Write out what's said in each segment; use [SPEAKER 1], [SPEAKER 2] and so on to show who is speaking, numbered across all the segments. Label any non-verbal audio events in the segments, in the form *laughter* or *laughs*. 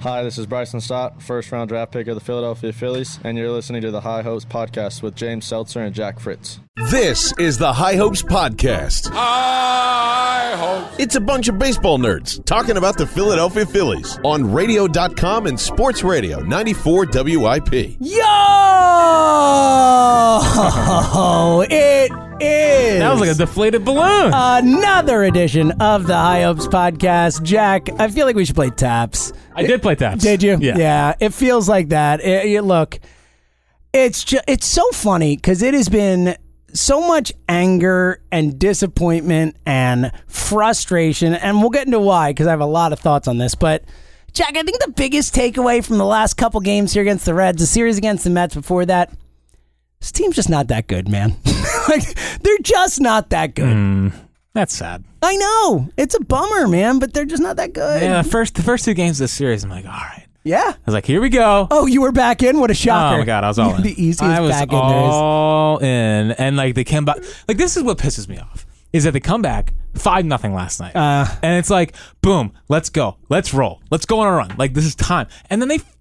[SPEAKER 1] Hi, this is Bryson Stott, first round draft pick of the Philadelphia Phillies, and you're listening to the High Hopes Podcast with James Seltzer and Jack Fritz.
[SPEAKER 2] This is the High Hopes Podcast.
[SPEAKER 3] I hope.
[SPEAKER 2] It's a bunch of baseball nerds talking about the Philadelphia Phillies on radio.com and sports radio 94 WIP.
[SPEAKER 4] Yo! Oh, it is. Uh,
[SPEAKER 5] That was like a deflated balloon.
[SPEAKER 4] another edition of the High Hopes podcast. Jack, I feel like we should play taps.
[SPEAKER 5] I did play taps.
[SPEAKER 4] Did you?
[SPEAKER 5] Yeah.
[SPEAKER 4] it feels like that. It- it- look, it's just, it's so funny because it has been so much anger and disappointment and frustration, and we'll get into why because I have a lot of thoughts on this, but. Jack, I think the biggest takeaway from the last couple games here against the Reds, the series against the Mets before that, this team's just not that good, man. *laughs* like they're just not that good.
[SPEAKER 5] Mm. That's sad.
[SPEAKER 4] I know it's a bummer, man, but they're just not that good.
[SPEAKER 5] Yeah, the first the first two games of the series, I'm like, all right. I
[SPEAKER 4] Yeah.
[SPEAKER 5] was like, here we go.
[SPEAKER 4] Oh, you were back in. What a shocker!
[SPEAKER 5] Oh my god, I was all
[SPEAKER 4] *laughs*
[SPEAKER 5] in.
[SPEAKER 4] the easiest
[SPEAKER 5] I was
[SPEAKER 4] back in there is.
[SPEAKER 5] all in, and like they came back. Like this is what pisses me off is that they come back five nothing last night,
[SPEAKER 4] Uh.
[SPEAKER 5] and it's like boom, let's go, let's roll, let's go on a run. Like this is time, and then they f-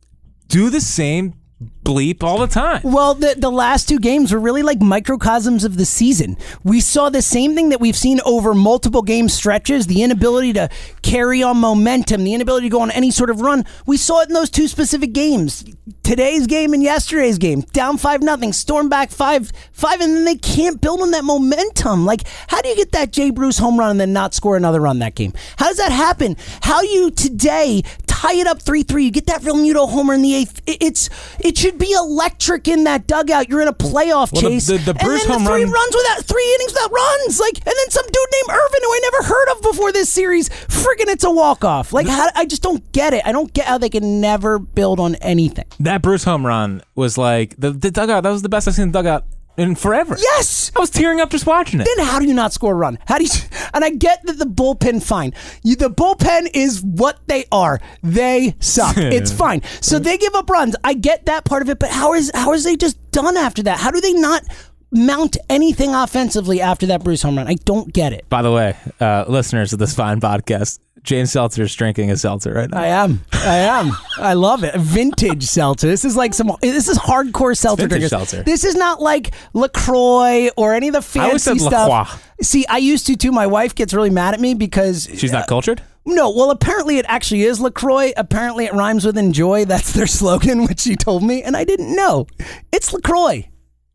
[SPEAKER 5] do the same bleep all the time.
[SPEAKER 4] Well, the the last two games were really like microcosms of the season. We saw the same thing that we've seen over multiple game stretches: the inability to carry on momentum, the inability to go on any sort of run. We saw it in those two specific games: today's game and yesterday's game. Down five nothing, storm back five five, and then they can't build on that momentum. Like, how do you get that Jay Bruce home run and then not score another run that game? How does that happen? How do you today tie it up 3-3 you get that real muto homer in the eighth I- it's it should be electric in that dugout you're in a playoff
[SPEAKER 5] Well, the-
[SPEAKER 4] chase
[SPEAKER 5] the- the Bruce
[SPEAKER 4] and then
[SPEAKER 5] home
[SPEAKER 4] the three
[SPEAKER 5] run-
[SPEAKER 4] runs without three innings without runs like and then some dude named irvin who i never heard of before this series freaking it's a walk-off like how, i just don't get it i don't get how they can never build on anything
[SPEAKER 5] That Bruce home run was like the, the dugout. That was the best I've seen the dugout in forever.
[SPEAKER 4] yes
[SPEAKER 5] I was tearing up just watching it.
[SPEAKER 4] then how do you not score a run? How do you? *laughs* And I get that the bullpen fine. You, the bullpen is what they are. They
[SPEAKER 5] *laughs*
[SPEAKER 4] suck. it's fine. So they give up runs. I get that part of it. But how is how is they just done after that? How do they not mount anything offensively after that Bruce home run? I don't get it.
[SPEAKER 5] By the way, uh, listeners of this fine podcast, James Seltzer is drinking a seltzer right now.
[SPEAKER 4] I am. I am. I love it. Vintage seltzer. This is like some. This is hardcore seltzer drinkers.
[SPEAKER 5] vintage seltzer.
[SPEAKER 4] This is not like Lacroix or any of the fancy
[SPEAKER 5] always said
[SPEAKER 4] stuff.
[SPEAKER 5] LaCroix.
[SPEAKER 4] See, I used to too. My wife gets really mad at me because
[SPEAKER 5] She's not cultured.
[SPEAKER 4] No, well, apparently it actually is LaCroix. Apparently it rhymes with enjoy. That's their *laughs* slogan, which she told me, and I didn't know. It's LaCroix.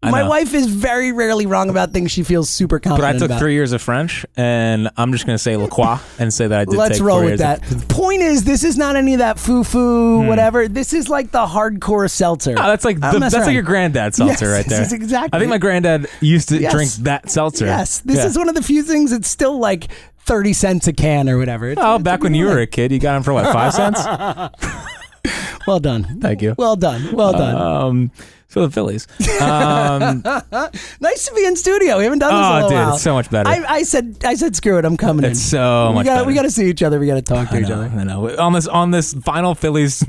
[SPEAKER 4] My
[SPEAKER 5] know.
[SPEAKER 4] wife is very rarely wrong about things she feels super
[SPEAKER 5] But I
[SPEAKER 4] confident
[SPEAKER 5] took
[SPEAKER 4] about.
[SPEAKER 5] three years of French, and I'm just gonna say La Croix and say that I did.
[SPEAKER 4] Let's
[SPEAKER 5] take
[SPEAKER 4] roll
[SPEAKER 5] three
[SPEAKER 4] with
[SPEAKER 5] years of-
[SPEAKER 4] that. Point is, this is not any of that foo foo, whatever. This is like the hardcore seltzer.
[SPEAKER 5] Oh, that's like
[SPEAKER 4] I don't
[SPEAKER 5] the,
[SPEAKER 4] mess
[SPEAKER 5] that's like
[SPEAKER 4] around.
[SPEAKER 5] your granddad seltzer
[SPEAKER 4] Yes,
[SPEAKER 5] right there.
[SPEAKER 4] this is *laughs* exactly-
[SPEAKER 5] I think my granddad used to
[SPEAKER 4] Yes.
[SPEAKER 5] drink that seltzer.
[SPEAKER 4] Yes, this
[SPEAKER 5] Yeah.
[SPEAKER 4] is one of the few things that's still like 30 cents a can or whatever. It's-
[SPEAKER 5] Oh,
[SPEAKER 4] it's a
[SPEAKER 5] back
[SPEAKER 4] good
[SPEAKER 5] when you
[SPEAKER 4] one.
[SPEAKER 5] were a kid, you got them for what five
[SPEAKER 4] *laughs*
[SPEAKER 5] cents?
[SPEAKER 4] Well done.
[SPEAKER 5] Thank you.
[SPEAKER 4] Well done. Well done.
[SPEAKER 5] Um, so the Phillies. Um,
[SPEAKER 4] Nice to be in studio. We haven't done this in a
[SPEAKER 5] Oh,
[SPEAKER 4] little
[SPEAKER 5] dude,
[SPEAKER 4] while.
[SPEAKER 5] it's so much better.
[SPEAKER 4] I, I said, I said, screw it. I'm coming
[SPEAKER 5] It's
[SPEAKER 4] in.
[SPEAKER 5] so
[SPEAKER 4] we
[SPEAKER 5] much
[SPEAKER 4] gotta,
[SPEAKER 5] better.
[SPEAKER 4] We got to see each other. We got to talk to
[SPEAKER 5] I
[SPEAKER 4] each
[SPEAKER 5] know,
[SPEAKER 4] other
[SPEAKER 5] I know. On this on this final Phillies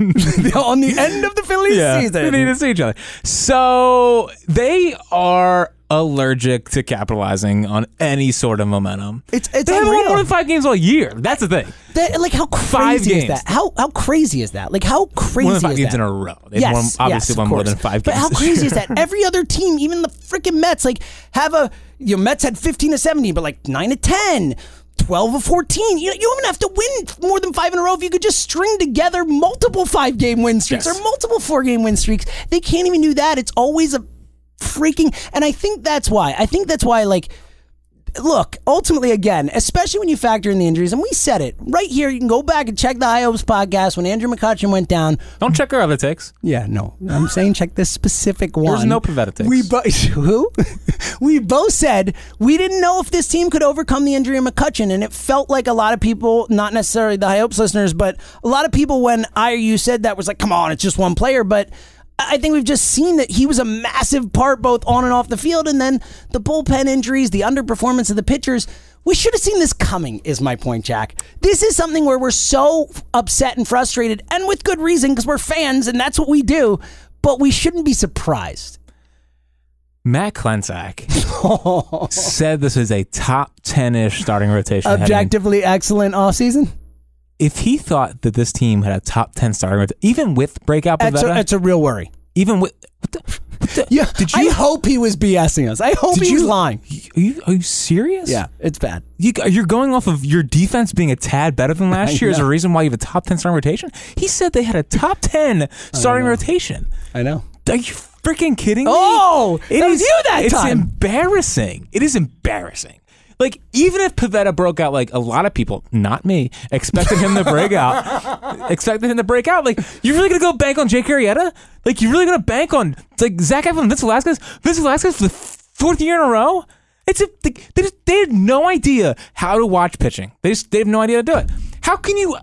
[SPEAKER 4] *laughs* on the end of the Phillies
[SPEAKER 5] We
[SPEAKER 4] season.
[SPEAKER 5] need to see each other. So they are allergic to capitalizing on any sort of momentum.
[SPEAKER 4] It's- it's
[SPEAKER 5] they haven't won
[SPEAKER 4] unreal.
[SPEAKER 5] more than five games all year. That's the thing.
[SPEAKER 4] That- like how crazy
[SPEAKER 5] Five
[SPEAKER 4] is
[SPEAKER 5] games.
[SPEAKER 4] that? How how crazy is that? Like how crazy
[SPEAKER 5] One of five
[SPEAKER 4] is
[SPEAKER 5] games
[SPEAKER 4] that?
[SPEAKER 5] in a row. They've
[SPEAKER 4] yes,
[SPEAKER 5] won, obviously
[SPEAKER 4] yes,
[SPEAKER 5] won
[SPEAKER 4] of
[SPEAKER 5] more
[SPEAKER 4] course.
[SPEAKER 5] than five
[SPEAKER 4] But
[SPEAKER 5] games.
[SPEAKER 4] how crazy is that? Every other team, even the freaking Mets, like have a you know, Mets had 15 to 70, but like 9 to 10, 12 to 14. You, you don't even have to win more than five in a row if you could just string together multiple five game win streaks
[SPEAKER 5] Yes.
[SPEAKER 4] or multiple four game win streaks. They can't even do that. It's always a freaking. And I think that's why. I think that's why, like, look, ultimately, again, especially when you factor in the injuries, and we said it right here. You can go back and check the High Hopes podcast when Andrew McCutcheon went down.
[SPEAKER 5] Don't check her other takes.
[SPEAKER 4] Yeah, no, I'm saying check this specific one.
[SPEAKER 5] no Pavetta takes.
[SPEAKER 4] We both *laughs* who? we both said we didn't know if this team could overcome the injury of McCutcheon, and it felt like a lot of people, not necessarily the High Hopes listeners, but a lot of people when IRU said that was like, come on, it's just one player, but. I think we've just seen that he was a massive part both on and off the field, and then the bullpen injuries, the underperformance of the pitchers. We should have seen this coming, is my point, Jack. This is something where we're so upset and frustrated, and with good reason, because we're fans and that's what we do, but we shouldn't be surprised. *laughs*
[SPEAKER 5] Matt Klensak said this is a top 10 ish starting rotation. heading-
[SPEAKER 4] Objectively excellent offseason?
[SPEAKER 5] If he thought that this team had a top 10 starting rotation, even with breakout
[SPEAKER 4] That's a,
[SPEAKER 5] Pavetta,
[SPEAKER 4] that's a real worry.
[SPEAKER 5] even with. What the, what the-
[SPEAKER 4] Yeah,
[SPEAKER 5] Did
[SPEAKER 4] I
[SPEAKER 5] you.
[SPEAKER 4] hope he was BSing us. I hope
[SPEAKER 5] did
[SPEAKER 4] he was
[SPEAKER 5] you-
[SPEAKER 4] lying.
[SPEAKER 5] Are you, are you serious?
[SPEAKER 4] Yeah, it's bad.
[SPEAKER 5] You, you're going off of your defense being a tad
[SPEAKER 4] *laughs*
[SPEAKER 5] better than
[SPEAKER 4] I
[SPEAKER 5] last year as a
[SPEAKER 4] know.
[SPEAKER 5] reason why you have a top 10 starting rotation? He said they had a top 10 starting rotation.
[SPEAKER 4] I know.
[SPEAKER 5] Are you freaking kidding me?
[SPEAKER 4] Oh, that was you that
[SPEAKER 5] it's
[SPEAKER 4] time.
[SPEAKER 5] embarrassing. It is embarrassing. Like even if Pavetta broke out, like a lot of people, not me, expected him to break out, expected him to break out. Like you're really gonna go bank on Jake Arrieta? Like you're really gonna bank on like Zach Eflin, Vince Velasquez, Vince Velasquez for the fourth year in a row? It's a, they, they, just, they had no idea how to watch pitching. They just they have no idea how to do it. How can you uh,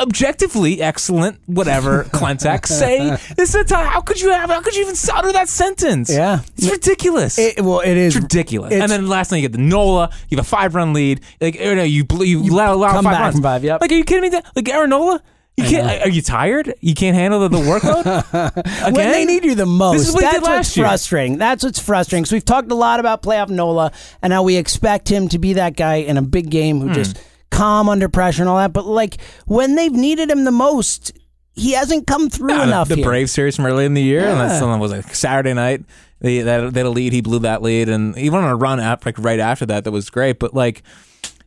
[SPEAKER 5] objectively excellent
[SPEAKER 4] *laughs*
[SPEAKER 5] whatever Clentex say this is a time? How could you have? How could you even utter that sentence?
[SPEAKER 4] Yeah.
[SPEAKER 5] it's ridiculous.
[SPEAKER 4] It, well, it is
[SPEAKER 5] It's ridiculous.
[SPEAKER 4] it's-
[SPEAKER 5] and then last night you get the Nola, you have a five run lead. Like you know, you blew, you, allow, allow
[SPEAKER 4] come
[SPEAKER 5] five
[SPEAKER 4] back
[SPEAKER 5] runs.
[SPEAKER 4] from five, yep.
[SPEAKER 5] Like are you kidding me? That like Aaron Nola, you can't. Are you tired? You can't handle the, the workload again.
[SPEAKER 4] *laughs* When they need you the most.
[SPEAKER 5] This is what he
[SPEAKER 4] That's
[SPEAKER 5] did
[SPEAKER 4] what's
[SPEAKER 5] last year.
[SPEAKER 4] frustrating. That's what's frustrating. So we've talked a lot about playoff Nola and how we expect him to be that guy in a big game
[SPEAKER 5] Hmm.
[SPEAKER 4] who just calm under pressure and all that. But like when they've needed him the most, he hasn't come through
[SPEAKER 5] Yeah, the-
[SPEAKER 4] enough.
[SPEAKER 5] The,
[SPEAKER 4] here.
[SPEAKER 5] Brave series from early in the year, and that's something was like Saturday night. They that that lead, he blew that lead, and even on a run after, like right after that, that was great. But like,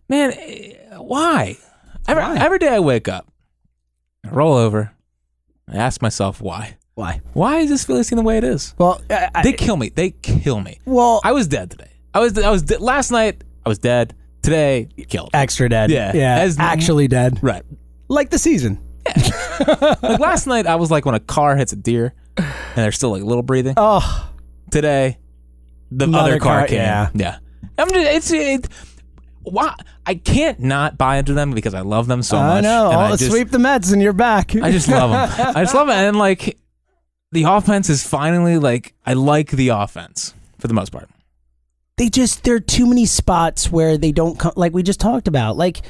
[SPEAKER 5] man, eh, why? Every, every day I wake up, I roll over, I ask myself why.
[SPEAKER 4] Why?
[SPEAKER 5] Why is this Philly team the way it is?
[SPEAKER 4] Well, I, I-
[SPEAKER 5] They kill me. They kill me.
[SPEAKER 4] well,
[SPEAKER 5] I was dead today. I was I was de- last night. I was dead. Today,
[SPEAKER 4] *laughs*
[SPEAKER 5] killed.
[SPEAKER 4] extra dead.
[SPEAKER 5] Yeah.
[SPEAKER 4] yeah,
[SPEAKER 5] As-
[SPEAKER 4] actually dead.
[SPEAKER 5] Right.
[SPEAKER 4] Like the season.
[SPEAKER 5] Like last night, I was like when a car hits a deer, and there's still like little breathing.
[SPEAKER 4] Oh,
[SPEAKER 5] today the
[SPEAKER 4] Another
[SPEAKER 5] other car,
[SPEAKER 4] car-
[SPEAKER 5] came.
[SPEAKER 4] yeah.
[SPEAKER 5] yeah. I'm just, it's it. Why I can't not buy into them because I love them so
[SPEAKER 4] I
[SPEAKER 5] much.
[SPEAKER 4] know.
[SPEAKER 5] and
[SPEAKER 4] All,
[SPEAKER 5] I just,
[SPEAKER 4] sweep the Mets and you're back.
[SPEAKER 5] I just love
[SPEAKER 4] *laughs*
[SPEAKER 5] them. I just love it. And like the offense is finally like I like the offense for the most part.
[SPEAKER 4] they just there are too many spots where they don't come like we just talked about like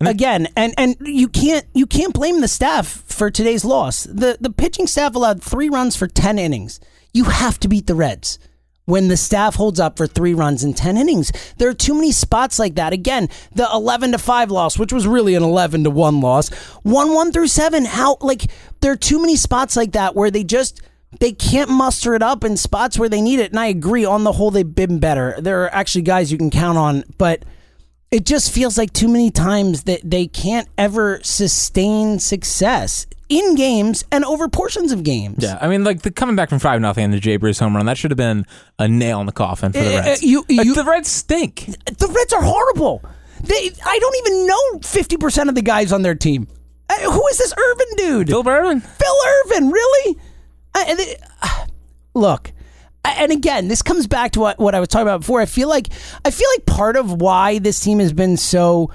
[SPEAKER 4] again and and you can't you can't blame the staff for today's loss the the pitching staff allowed three runs for 10 innings you have to beat the reds when the staff holds up for three runs in 10 innings there are too many spots like that again the 11 to 5 loss which was really an 11 to 1 loss 1 1 through 7 how like there are too many spots like that where they just they can't muster it up in spots where they need it. And I agree, on the whole, they've been better. There are actually guys you can count on, but it just feels like too many times that they can't ever sustain success in games and over portions of games.
[SPEAKER 5] Yeah, I mean, like the coming back from five nothing and the Jay Bruce home run that should have been a nail in the coffin for the
[SPEAKER 4] Eh, eh,
[SPEAKER 5] Reds.
[SPEAKER 4] you-
[SPEAKER 5] Like,
[SPEAKER 4] you-
[SPEAKER 5] the Reds stink.
[SPEAKER 4] The Reds are horrible. They, I don't even know 50% of the guys on their team. Uh, who is this Irvin dude?
[SPEAKER 5] Bill Bourbon.
[SPEAKER 4] Phil Irvin, really? I, and it- *sighs* ah, look, I- and again, this comes back to what, what I was talking about before. I feel like I feel like part of why this team has been so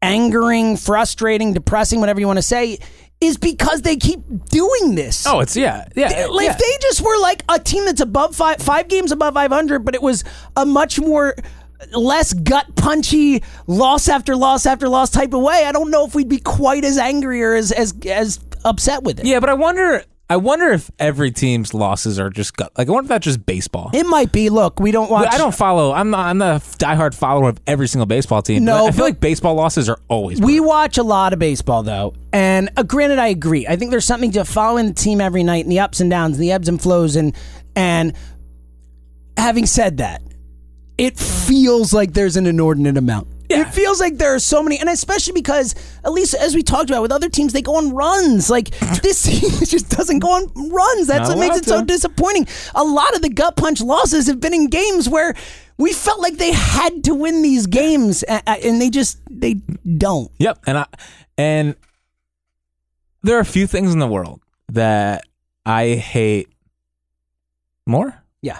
[SPEAKER 4] angering, frustrating, depressing, whatever you want to say, is because they keep doing this.
[SPEAKER 5] Oh, it's yeah, yeah.
[SPEAKER 4] Like,
[SPEAKER 5] yeah.
[SPEAKER 4] If they just were like a team that's above five, five games above 500, but it was a much more less gut punchy loss after loss after loss type of way, I don't know if we'd be quite as angry or as as, as upset with it.
[SPEAKER 5] yeah, but I wonder. I wonder if every team's losses are just gut. Like I wonder if that's just baseball.
[SPEAKER 4] It might be. Look, we don't watch.
[SPEAKER 5] I don't follow. I'm not. I'm not a diehard follower of every single baseball team.
[SPEAKER 4] No,
[SPEAKER 5] but I feel
[SPEAKER 4] but-
[SPEAKER 5] like baseball losses are always.
[SPEAKER 4] We watch a lot of baseball though, and uh, granted, I agree. I think there's something to following the team every night and the ups and downs, and the ebbs and flows, and and having said that, it feels like there's an inordinate amount.
[SPEAKER 5] Yeah.
[SPEAKER 4] It feels like there are so many, and especially because at least as we talked about with other teams, they go on runs.
[SPEAKER 5] *laughs*
[SPEAKER 4] Like this team just doesn't go on runs. That's
[SPEAKER 5] Not
[SPEAKER 4] what makes
[SPEAKER 5] allowed
[SPEAKER 4] it so
[SPEAKER 5] to.
[SPEAKER 4] disappointing. A lot of the gut punch losses have been in games where we felt like they had to win these games, a- a- and they just they don't.
[SPEAKER 5] Yep. And I and there are a few things in the world that I hate more
[SPEAKER 4] Yeah.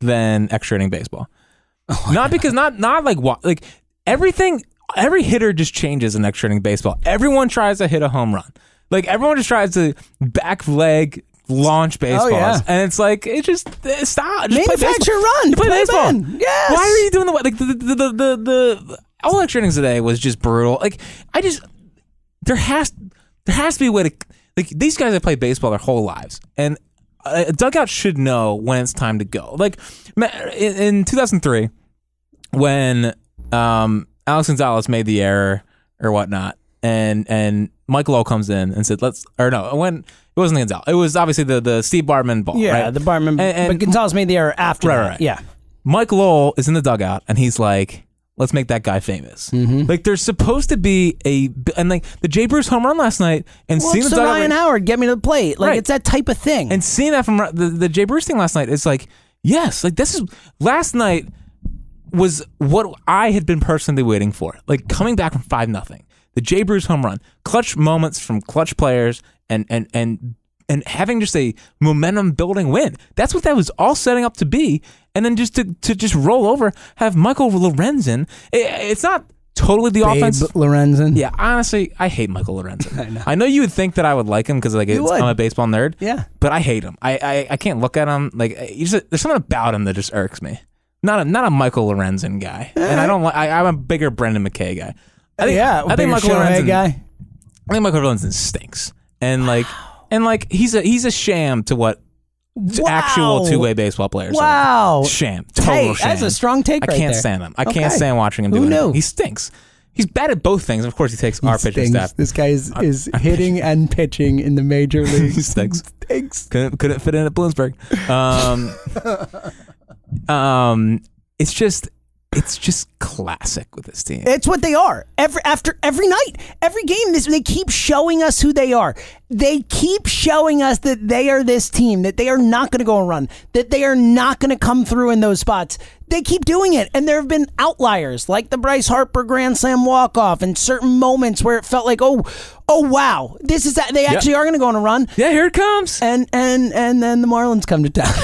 [SPEAKER 5] than
[SPEAKER 4] *laughs*
[SPEAKER 5] extraditing baseball.
[SPEAKER 4] Oh
[SPEAKER 5] not because not not like wa- like everything every hitter just changes in extraditing baseball. Everyone tries to hit a home run. Like everyone just tries to back leg launch baseballs,
[SPEAKER 4] Oh, yeah.
[SPEAKER 5] and it's like it just eh, stop. Just play
[SPEAKER 4] Manufacture
[SPEAKER 5] baseball.
[SPEAKER 4] run.
[SPEAKER 5] Just play,
[SPEAKER 4] Play
[SPEAKER 5] baseball.
[SPEAKER 4] man. Yes.
[SPEAKER 5] Why are you doing the like the the the, the, the, the all innings today was just brutal. Like I just there has there has to be a way to like these guys have played baseball their whole lives and a dugout should know when it's time to go like ma- in, in 2003 when um alex gonzalez made the error or whatnot and and michael o comes in and said let's or no when it wasn't gonzalez it was obviously the the steve bartman ball right?
[SPEAKER 4] barman.
[SPEAKER 5] And- and-
[SPEAKER 4] but Gonzalez made the error after
[SPEAKER 5] Right,
[SPEAKER 4] that.
[SPEAKER 5] right, right.
[SPEAKER 4] Yeah.
[SPEAKER 5] Mike Lowell is in the dugout and he's like, let's make that guy famous.
[SPEAKER 4] Mm-hmm.
[SPEAKER 5] Like there's supposed to be a and like the Jay Bruce home run last night and
[SPEAKER 4] Well,
[SPEAKER 5] seeing
[SPEAKER 4] it's
[SPEAKER 5] the
[SPEAKER 4] the
[SPEAKER 5] dugout
[SPEAKER 4] Ryan Howard, get me to the plate. Like
[SPEAKER 5] Right.
[SPEAKER 4] it's that type of thing.
[SPEAKER 5] and seeing that from the, the Jay Bruce thing last night, it's like yes, like this is last night was what I had been personally waiting for. Like coming back from five nothing, the Jay Bruce home run, clutch moments from clutch players, and and and and having just a momentum building win. That's what that was all setting up to be. And then just to to just roll over, have Michael Lorenzen. It, it's not totally the
[SPEAKER 4] Babe
[SPEAKER 5] offense.
[SPEAKER 4] Lorenzen.
[SPEAKER 5] Yeah, honestly, I hate
[SPEAKER 4] *laughs*
[SPEAKER 5] Michael Lorenzen. I know. you would think that I would like him because like it's,
[SPEAKER 4] would.
[SPEAKER 5] I'm a baseball nerd.
[SPEAKER 4] Yeah.
[SPEAKER 5] but I hate him. I I, I can't look at him. Like you just, there's something about him that just irks me. Not a not a Michael Lorenzen guy, and I don't like. I, I'm a bigger Brendan McKay guy. I think,
[SPEAKER 4] Eh. yeah.
[SPEAKER 5] I
[SPEAKER 4] bigger
[SPEAKER 5] think Michael
[SPEAKER 4] Shohei
[SPEAKER 5] Lorenzen.
[SPEAKER 4] guy.
[SPEAKER 5] I think Michael Lorenzen stinks, and like and like he's a he's a sham to what to actual
[SPEAKER 4] Wow.
[SPEAKER 5] two way baseball players. are.
[SPEAKER 4] Wow.
[SPEAKER 5] sham, total
[SPEAKER 4] Hey,
[SPEAKER 5] sham.
[SPEAKER 4] that's a strong take
[SPEAKER 5] I
[SPEAKER 4] right
[SPEAKER 5] can't
[SPEAKER 4] there.
[SPEAKER 5] stand him. I
[SPEAKER 4] Okay.
[SPEAKER 5] can't stand watching him do
[SPEAKER 4] Who
[SPEAKER 5] anything.
[SPEAKER 4] knew?
[SPEAKER 5] He stinks. He's bad at both things. Of course, he takes our pitching staff.
[SPEAKER 4] This guy is, is hitting and pitching in the
[SPEAKER 5] *laughs*
[SPEAKER 4] major
[SPEAKER 5] he
[SPEAKER 4] leagues.
[SPEAKER 5] stinks. Couldn't couldn't fit in at Bloomsburg. Um, um, it's just it's just classic with this team.
[SPEAKER 4] It's what they are. Every after every night, every game, this they keep showing us who they are. They keep showing us that they are this team, that they are not going to go and run, that they are not going to come through in those spots. They keep doing it, and there have been outliers like the Bryce Harper grand slam walk off, and certain moments where it felt like, oh, oh wow, this is that they actually are going to go on a run,
[SPEAKER 5] yeah, here it comes.
[SPEAKER 4] and and and then the Marlins come to town. *laughs*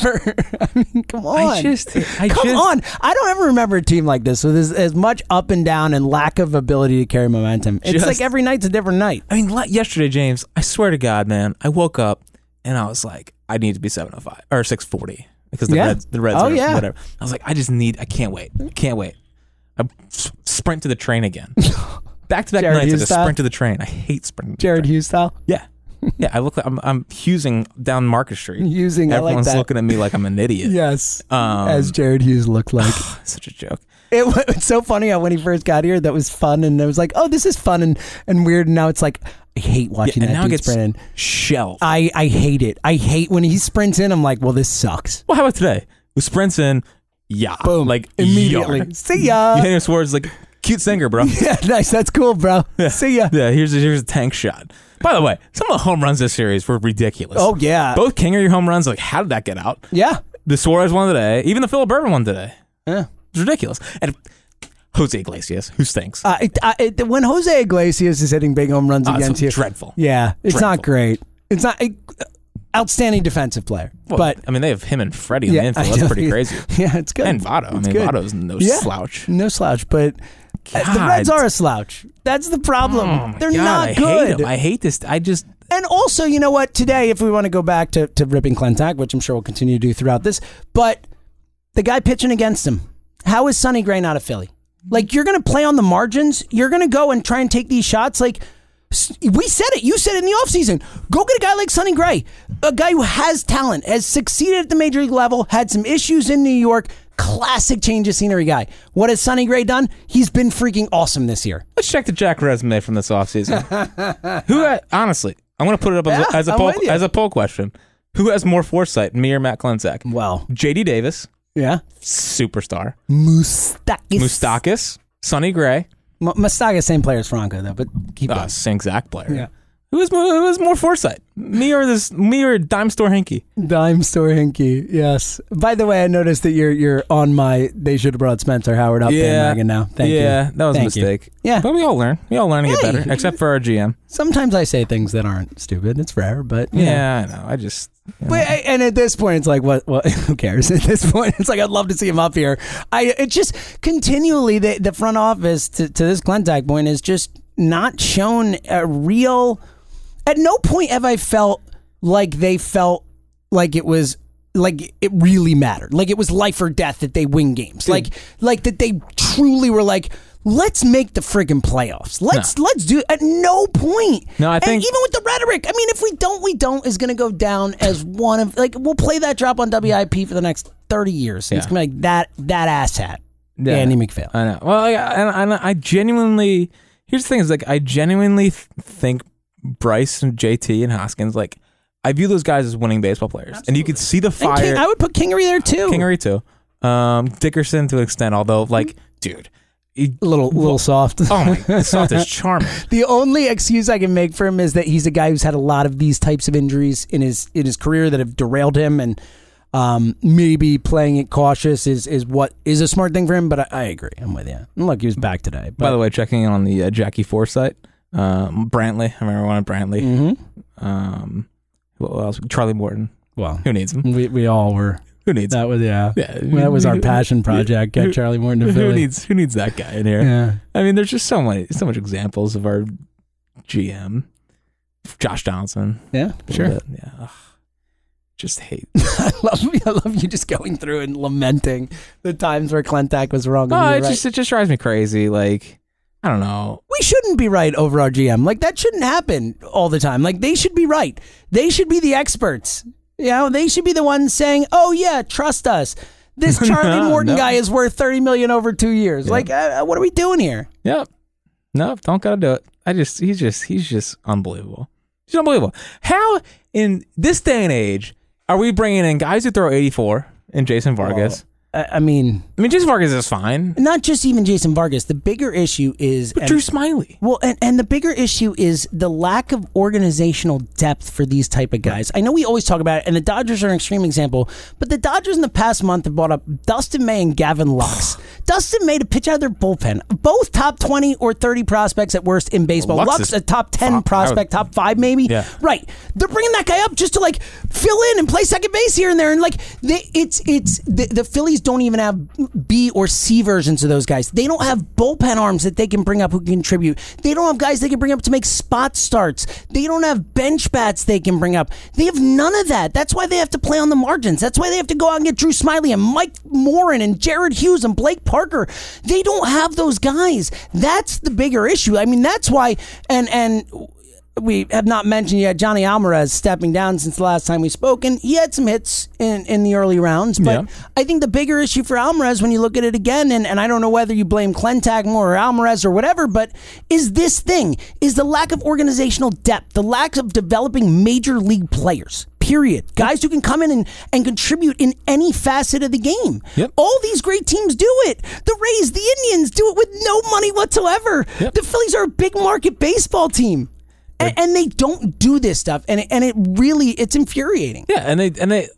[SPEAKER 4] Whatever. I mean, come on.
[SPEAKER 5] I just I
[SPEAKER 4] Come
[SPEAKER 5] just,
[SPEAKER 4] on. I don't ever remember a team like this with as, as much up and down and lack of ability to carry momentum. It's
[SPEAKER 5] Just-
[SPEAKER 4] like every night's a different night.
[SPEAKER 5] I mean, like yesterday, James. I swear to God, man. I woke up and I was like, I need to be seven oh five or six forty because the
[SPEAKER 4] Yeah.
[SPEAKER 5] Reds, the Reds,
[SPEAKER 4] Oh,
[SPEAKER 5] are,
[SPEAKER 4] yeah.
[SPEAKER 5] whatever. I was like, I just need. I can't wait. Can't wait. I s- sprint to the
[SPEAKER 4] *laughs*
[SPEAKER 5] train again. Back to back
[SPEAKER 4] Jared
[SPEAKER 5] nights. I
[SPEAKER 4] Hughes
[SPEAKER 5] just
[SPEAKER 4] style.
[SPEAKER 5] sprint to the train. I hate sprinting. to the
[SPEAKER 4] Jared
[SPEAKER 5] train.
[SPEAKER 4] Hughes style.
[SPEAKER 5] Yeah. *laughs* Yeah, I look like I'm I'm husing down
[SPEAKER 4] *laughs*
[SPEAKER 5] Market Street.
[SPEAKER 4] Husing, I like
[SPEAKER 5] everyone's
[SPEAKER 4] that.
[SPEAKER 5] looking at me like I'm
[SPEAKER 4] *laughs*
[SPEAKER 5] an idiot.
[SPEAKER 4] Yes.
[SPEAKER 5] Um,
[SPEAKER 4] as Jared Hughes looked like.
[SPEAKER 5] Such a joke.
[SPEAKER 4] *laughs* it was it's so funny how when he first got here, that was fun. And it was like, oh, this is fun and, and weird. And now it's like, I hate watching
[SPEAKER 5] and
[SPEAKER 4] that Ah.
[SPEAKER 5] now
[SPEAKER 4] dude
[SPEAKER 5] it gets
[SPEAKER 4] sprint in.
[SPEAKER 5] shelled.
[SPEAKER 4] I, I hate it. I hate when he sprints in. I'm like, well, this sucks.
[SPEAKER 5] well, how about today? Who sprints in? Yeah,
[SPEAKER 4] Boom.
[SPEAKER 5] like
[SPEAKER 4] immediately. *laughs*
[SPEAKER 5] yard.
[SPEAKER 4] See
[SPEAKER 5] *laughs*
[SPEAKER 4] ya.
[SPEAKER 5] Eugenio Suarez is like cute singer,
[SPEAKER 4] *laughs*
[SPEAKER 5] bro.
[SPEAKER 4] Yeah, nice. That's cool, bro. See
[SPEAKER 5] *laughs*
[SPEAKER 4] ya.
[SPEAKER 5] Yeah, here's a, here's a tank shot. By the way, some of the home runs this series were ridiculous.
[SPEAKER 4] Oh, yeah.
[SPEAKER 5] both King or your home runs. Like, how did that get out?
[SPEAKER 4] Yeah.
[SPEAKER 5] The Suarez one today, even the Philip Bourbon one today.
[SPEAKER 4] Yeah.
[SPEAKER 5] It's ridiculous. And Jose Iglesias, who stinks.
[SPEAKER 4] Uh, it, I, it, when Jose Iglesias is hitting big home runs
[SPEAKER 5] Oh, it's
[SPEAKER 4] against you,
[SPEAKER 5] dreadful.
[SPEAKER 4] Yeah, it's not
[SPEAKER 5] Dreadful.
[SPEAKER 4] great. It's not it, outstanding defensive player,
[SPEAKER 5] Well,
[SPEAKER 4] but
[SPEAKER 5] I mean, they have him and
[SPEAKER 4] *laughs*
[SPEAKER 5] Freddie
[SPEAKER 4] yeah,
[SPEAKER 5] in the
[SPEAKER 4] I
[SPEAKER 5] infield. That's
[SPEAKER 4] don't-
[SPEAKER 5] pretty crazy.
[SPEAKER 4] Yeah, it's good.
[SPEAKER 5] And Votto. I
[SPEAKER 4] It's
[SPEAKER 5] mean,
[SPEAKER 4] good.
[SPEAKER 5] Votto's no
[SPEAKER 4] Yeah.
[SPEAKER 5] slouch.
[SPEAKER 4] no slouch, but uh, the
[SPEAKER 5] God. Oh
[SPEAKER 4] Reds are a slouch. That's the problem. They're
[SPEAKER 5] God,
[SPEAKER 4] not
[SPEAKER 5] I
[SPEAKER 4] good.
[SPEAKER 5] Hate him. I hate this. I just
[SPEAKER 4] And also, you know what? Today, if we want to go back to, to ripping Clentac, which I'm sure we'll continue to do throughout this, but the guy pitching against him, how is Sonny Gray not a Philly? Like, you're going to play on the margins. You're going to go and try and take these shots. Like, s- we said it. You said it in the offseason. Go get a guy like Sonny Gray, a guy who has talent, has succeeded at the major league level, had some issues in New York, classic change of scenery guy. What has Sonny Gray done? He's been freaking awesome this year.
[SPEAKER 5] let's check the Jack resume from this
[SPEAKER 4] *laughs*
[SPEAKER 5] offseason. who ha- honestly, I'm going to put it up as,
[SPEAKER 4] Yeah,
[SPEAKER 5] a, as a
[SPEAKER 4] I'm
[SPEAKER 5] poll
[SPEAKER 4] with you.
[SPEAKER 5] as a poll question. Who has more foresight, me or Matt Klensak?
[SPEAKER 4] Wow.
[SPEAKER 5] JD Davis,
[SPEAKER 4] Yeah.
[SPEAKER 5] superstar.
[SPEAKER 4] Moustakis.
[SPEAKER 5] Moustakis, Sonny Gray,
[SPEAKER 4] M- Mastaga, same player as Franco though, but keep
[SPEAKER 5] uh,
[SPEAKER 4] going.
[SPEAKER 5] same exact player.
[SPEAKER 4] Yeah.
[SPEAKER 5] Who was more, who was more foresight? Me or this? Me or Dime Store Hinky?
[SPEAKER 4] Dime Store Hinky, yes. By the way, I noticed that you're you're on my. They should have brought Spencer Howard up bandwagon now. Thank you.
[SPEAKER 5] yeah, that was
[SPEAKER 4] Thank
[SPEAKER 5] a
[SPEAKER 4] you.
[SPEAKER 5] mistake.
[SPEAKER 4] Yeah.
[SPEAKER 5] but we all learn. We all learn to get
[SPEAKER 4] Hey.
[SPEAKER 5] better, except for our GM.
[SPEAKER 4] Sometimes I say things that aren't stupid. It's rare, but you
[SPEAKER 5] Yeah,
[SPEAKER 4] know.
[SPEAKER 5] I know. I just
[SPEAKER 4] But, and at this point, it's like, what? What? *laughs* Who cares? At this point, it's like I'd love to see him up here. I it just continually the the front office to to this Glentak point is just not shown a real. At no point have I felt like they felt like it was like it really mattered. Like it was life or death that they win games. Like like that they truly were like. Let's make the friggin' playoffs. Let's let's do. At no point.
[SPEAKER 5] No, I
[SPEAKER 4] And even
[SPEAKER 5] think-
[SPEAKER 4] even with the rhetoric. I mean, if we don't, we don't is going to go down as one of like we'll play that drop on WIP for the next thirty years. It's
[SPEAKER 5] Yeah.
[SPEAKER 4] going to be like that that asshat,
[SPEAKER 5] Yeah.
[SPEAKER 4] Andy McPhail.
[SPEAKER 5] I know. Well, I, I, I genuinely. Here's the thing: is like I genuinely th- think Bryce and JT and Hoskins like I view those guys as winning baseball players, and you could see the
[SPEAKER 4] And
[SPEAKER 5] fire.
[SPEAKER 4] King, I would put Kingery there too.
[SPEAKER 5] Kingery too, um, Dickerson to an extent. Although,
[SPEAKER 4] Mm-hmm.
[SPEAKER 5] like, dude, he-
[SPEAKER 4] a little little soft.
[SPEAKER 5] oh my,
[SPEAKER 4] *laughs*
[SPEAKER 5] this soft is charming.
[SPEAKER 4] The only excuse I can make for him is that he's a guy who's had a lot of these types of injuries in his in his career that have derailed him, and um, maybe playing it cautious is is what is a smart thing for him. But I, I agree, I'm with you. And look, he was back today. But
[SPEAKER 5] By the way, checking in on the uh, Jackie Forsythe, um, Brantley. I remember one of Brantley.
[SPEAKER 4] Mm-hmm.
[SPEAKER 5] Um, what else? Charlie Morton.
[SPEAKER 4] well,
[SPEAKER 5] Who needs him?
[SPEAKER 4] we we all were.
[SPEAKER 5] Who needs him?
[SPEAKER 4] Mm. That was yeah.
[SPEAKER 5] Yeah.
[SPEAKER 4] That was our passion project. Get Charlie Morton to
[SPEAKER 5] Who
[SPEAKER 4] Philly.
[SPEAKER 5] needs who needs that guy in here?
[SPEAKER 4] yeah.
[SPEAKER 5] I mean, there's just so many, so much examples of our GM, Josh Donaldson.
[SPEAKER 4] Yeah.
[SPEAKER 5] But, yeah. ugh. Just hate.
[SPEAKER 4] *laughs* I love I love you just going through and lamenting the times where Clentac was wrong. and
[SPEAKER 5] *laughs* No,
[SPEAKER 4] we were
[SPEAKER 5] it
[SPEAKER 4] right.
[SPEAKER 5] Oh, just it just drives me crazy. Like, I don't know.
[SPEAKER 4] we shouldn't be right over our GM. Like that shouldn't happen all the time. Like they should be right. They should be the experts. You know, they should be the ones saying, "Oh yeah, trust us. This Charlie
[SPEAKER 5] *laughs* No,
[SPEAKER 4] Morton
[SPEAKER 5] no.
[SPEAKER 4] guy is worth 30 million over 2 years." Like uh, what are we doing here?
[SPEAKER 5] Yep. Nope. Don't gotta do it. I just he's just he's just unbelievable. He's unbelievable. How in this day and age are we bringing in guys who throw 84 and Jason Vargas?
[SPEAKER 4] I, I mean,
[SPEAKER 5] I mean, Jason Vargas is fine.
[SPEAKER 4] not just even Jason Vargas. The bigger issue is
[SPEAKER 5] But
[SPEAKER 4] and-
[SPEAKER 5] Drew Smiley.
[SPEAKER 4] Well, and, and the bigger issue is the lack of organizational depth for these type of guys. I know we always talk about it, and the Dodgers are an extreme example, but the Dodgers in the past month have brought up Dustin May and Gavin Lux.
[SPEAKER 5] *sighs*
[SPEAKER 4] Dustin May to pitch out of their bullpen, both top 20 or 30 prospects at worst in baseball.
[SPEAKER 5] Lux
[SPEAKER 4] Lux,
[SPEAKER 5] is
[SPEAKER 4] a top 10
[SPEAKER 5] top-
[SPEAKER 4] prospect, top five maybe.
[SPEAKER 5] Yeah.
[SPEAKER 4] Right. They're bringing that guy up just to like fill in and play second base here and there. And like, they, it's, it's, the, the Phillies don't even have B or C versions of those guys. They don't have bullpen arms that they can bring up who can contribute. They don't have guys they can bring up to make spot starts. They don't have bench bats they can bring up. They have none of that. That's why they have to play on the margins. That's why they have to go out and get Drew Smiley and Mike Morin and Jared Hughes and Blake Parker. They don't have those guys. That's the bigger issue. I mean, that's why, and, and, we have not mentioned yet Johnny Alvarez stepping down since the last time we spoke, and he had some hits in, in the early rounds. But
[SPEAKER 5] Yeah.
[SPEAKER 4] I think the bigger issue for Alvarez when you look at it again, and, and I don't know whether you blame Clentag more or Alvarez or whatever, but is this thing is the lack of organizational depth, the lack of developing major league players. Period. Guys who can come in and, and contribute in any facet of the game.
[SPEAKER 5] Yep.
[SPEAKER 4] All these great teams do it. The Rays, the Indians do it with no money whatsoever. The Phillies are a big market baseball team and, and they don't do this stuff and it, and it really it's infuriating
[SPEAKER 5] Yeah, and they and they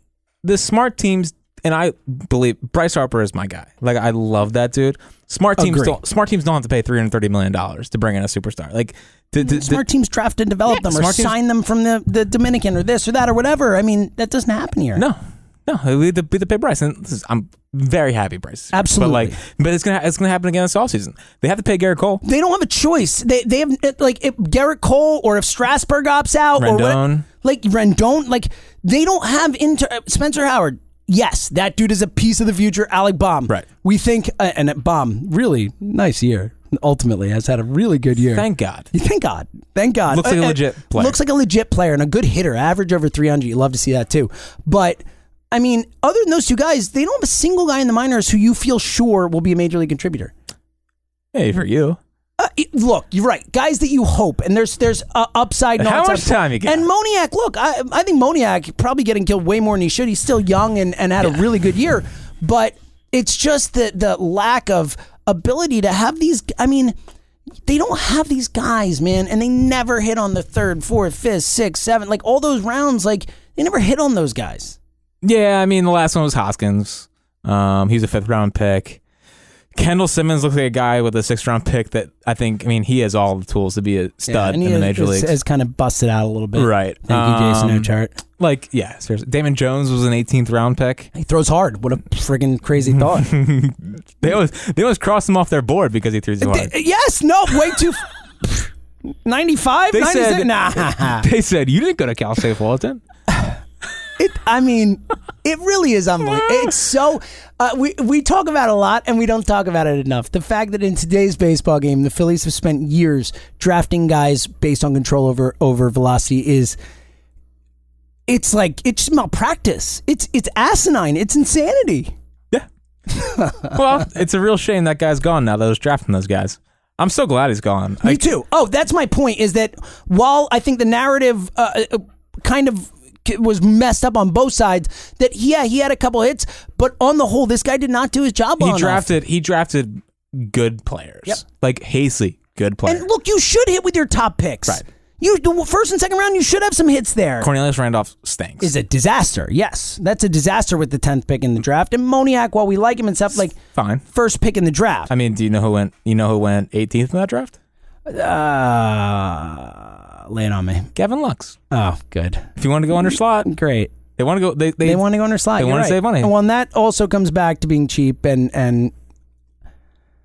[SPEAKER 5] the smart teams and I believe Bryce Harper is my guy. Like I love that dude. Smart teams
[SPEAKER 4] Agree.
[SPEAKER 5] don't smart teams don't have to pay three hundred thirty million dollars to bring in a superstar. Like to, to,
[SPEAKER 4] smart teams draft and develop
[SPEAKER 5] Yeah,
[SPEAKER 4] them or
[SPEAKER 5] smart teams-
[SPEAKER 4] sign them from the, the dominican or this or that or whatever i mean that doesn't happen here
[SPEAKER 5] no, no, we have to, we have to pay Bryce, and this is, I'm very happy Bryce. is here.
[SPEAKER 4] Absolutely.
[SPEAKER 5] but like, but it's gonna it's gonna happen again this offseason. They have to pay Garrett Cole,
[SPEAKER 4] they don't have a choice they, they have it- like if garrett cole or if strasburg opts out or what,
[SPEAKER 5] Rendon.
[SPEAKER 4] like rendon like they don't have inter uh, spencer howard Yes, that dude is a piece of the future. Alec Baum.
[SPEAKER 5] Right.
[SPEAKER 4] We think, uh, and Baum, really nice year. Ultimately, has had a really good year.
[SPEAKER 5] Thank God.
[SPEAKER 4] Thank God. Thank God.
[SPEAKER 5] Looks like a
[SPEAKER 4] Uh, uh,
[SPEAKER 5] legit player.
[SPEAKER 4] Looks like a legit player and a good hitter. Average over 300. You love to see that too. But I mean, other than those two guys, they don't have a single guy in the minors who you feel sure will be a major league contributor.
[SPEAKER 5] Hey, for you.
[SPEAKER 4] Uh, it- look, you're right. Guys that you hope, and there's there's uh, upside. and
[SPEAKER 5] How
[SPEAKER 4] upside.
[SPEAKER 5] much time you got?
[SPEAKER 4] And Moniac, look, I I think Moniac probably getting killed way more than he should. He's still young and and had a really good year, but it's just the the lack of ability to have these. I mean, they don't have these guys, man, and they never hit on the third, fourth, fifth, sixth, seventh, like all those rounds. Like they never hit on those guys.
[SPEAKER 5] Yeah, I mean the last one was Hoskins. Um, he's a fifth round pick. Kendall Simmons looks like a guy with a sixth round pick that I think. I mean, he has all the tools to be a stud
[SPEAKER 4] and
[SPEAKER 5] in
[SPEAKER 4] he
[SPEAKER 5] the
[SPEAKER 4] has-
[SPEAKER 5] major
[SPEAKER 4] has,
[SPEAKER 5] leagues.
[SPEAKER 4] has kind of busted out a little bit.
[SPEAKER 5] Right.
[SPEAKER 4] Thank you, Jason
[SPEAKER 5] Um,
[SPEAKER 4] Ochart.
[SPEAKER 5] like, yeah, seriously. Damon Jones was an 18th round pick. *laughs*
[SPEAKER 4] He throws hard. What a friggin' crazy thought.
[SPEAKER 5] They always they always crossed him off their board because he threw too hard.
[SPEAKER 4] Th- yes, no, way too.
[SPEAKER 5] *laughs*
[SPEAKER 4] f- 95,
[SPEAKER 5] They
[SPEAKER 4] 96?
[SPEAKER 5] said- *laughs*
[SPEAKER 4] nah.
[SPEAKER 5] They said you didn't go to Cal State Fullerton.
[SPEAKER 4] It, I mean, it really is
[SPEAKER 5] *laughs*
[SPEAKER 4] unbelievable. It's so uh, we we talk about it a lot, and we don't talk about it enough. The fact that in today's baseball game, the Phillies have spent years drafting guys based on control over over velocity is. It's like it's just malpractice. It's it's asinine. It's insanity.
[SPEAKER 5] *laughs* well, it's a real shame that guy's gone now. That I was drafting those guys. I'm so glad he's gone.
[SPEAKER 4] Me
[SPEAKER 5] I,
[SPEAKER 4] too. Oh, that's my point. Is that while I think the narrative uh, uh, kind of k- was messed up on both sides, that yeah, he had a couple hits, but on the whole, this guy did not do his job. well
[SPEAKER 5] he
[SPEAKER 4] enough.
[SPEAKER 5] drafted he drafted good players.
[SPEAKER 4] Yep.
[SPEAKER 5] Like Hazley, good player.
[SPEAKER 4] And look, you should hit with your top picks.
[SPEAKER 5] Right.
[SPEAKER 4] You the first and second round, you should have some hits there.
[SPEAKER 5] Cornelius Randolph stinks.
[SPEAKER 4] Is a disaster. Yes, that's a disaster with the tenth pick in the draft. And Moniac, while we like him and stuff, like
[SPEAKER 5] fine.
[SPEAKER 4] first pick in the draft.
[SPEAKER 5] I mean, do you know who went? You know who went 18th in that draft?
[SPEAKER 4] uh, lay it on me.
[SPEAKER 5] Gavin Lux.
[SPEAKER 4] Oh, good,
[SPEAKER 5] If you want to go under slot,
[SPEAKER 4] Mm-hmm. great.
[SPEAKER 5] they want to go. They they,
[SPEAKER 4] They want to go under slide.
[SPEAKER 5] They
[SPEAKER 4] You're
[SPEAKER 5] wanna
[SPEAKER 4] right.
[SPEAKER 5] save money.
[SPEAKER 4] And well, and that also comes back to being cheap and and.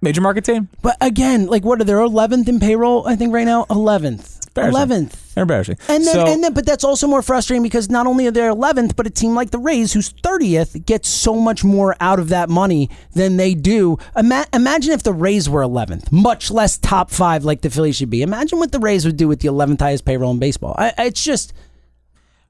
[SPEAKER 5] major market team.
[SPEAKER 4] But again, like what are they? Eleventh in payroll, I think right now. Eleventh.
[SPEAKER 5] Embarrassing.
[SPEAKER 4] Eleventh.
[SPEAKER 5] They're embarrassing.
[SPEAKER 4] And then,
[SPEAKER 5] so,
[SPEAKER 4] and then, but that's also more frustrating because not only are they 11th, but a team like the Rays, who's 30th, gets so much more out of that money than they do. Ima- imagine if the Rays were 11th, much less top five like the Phillies should be. Imagine what the Rays would do with the 11th highest payroll in baseball. I, I- it's just,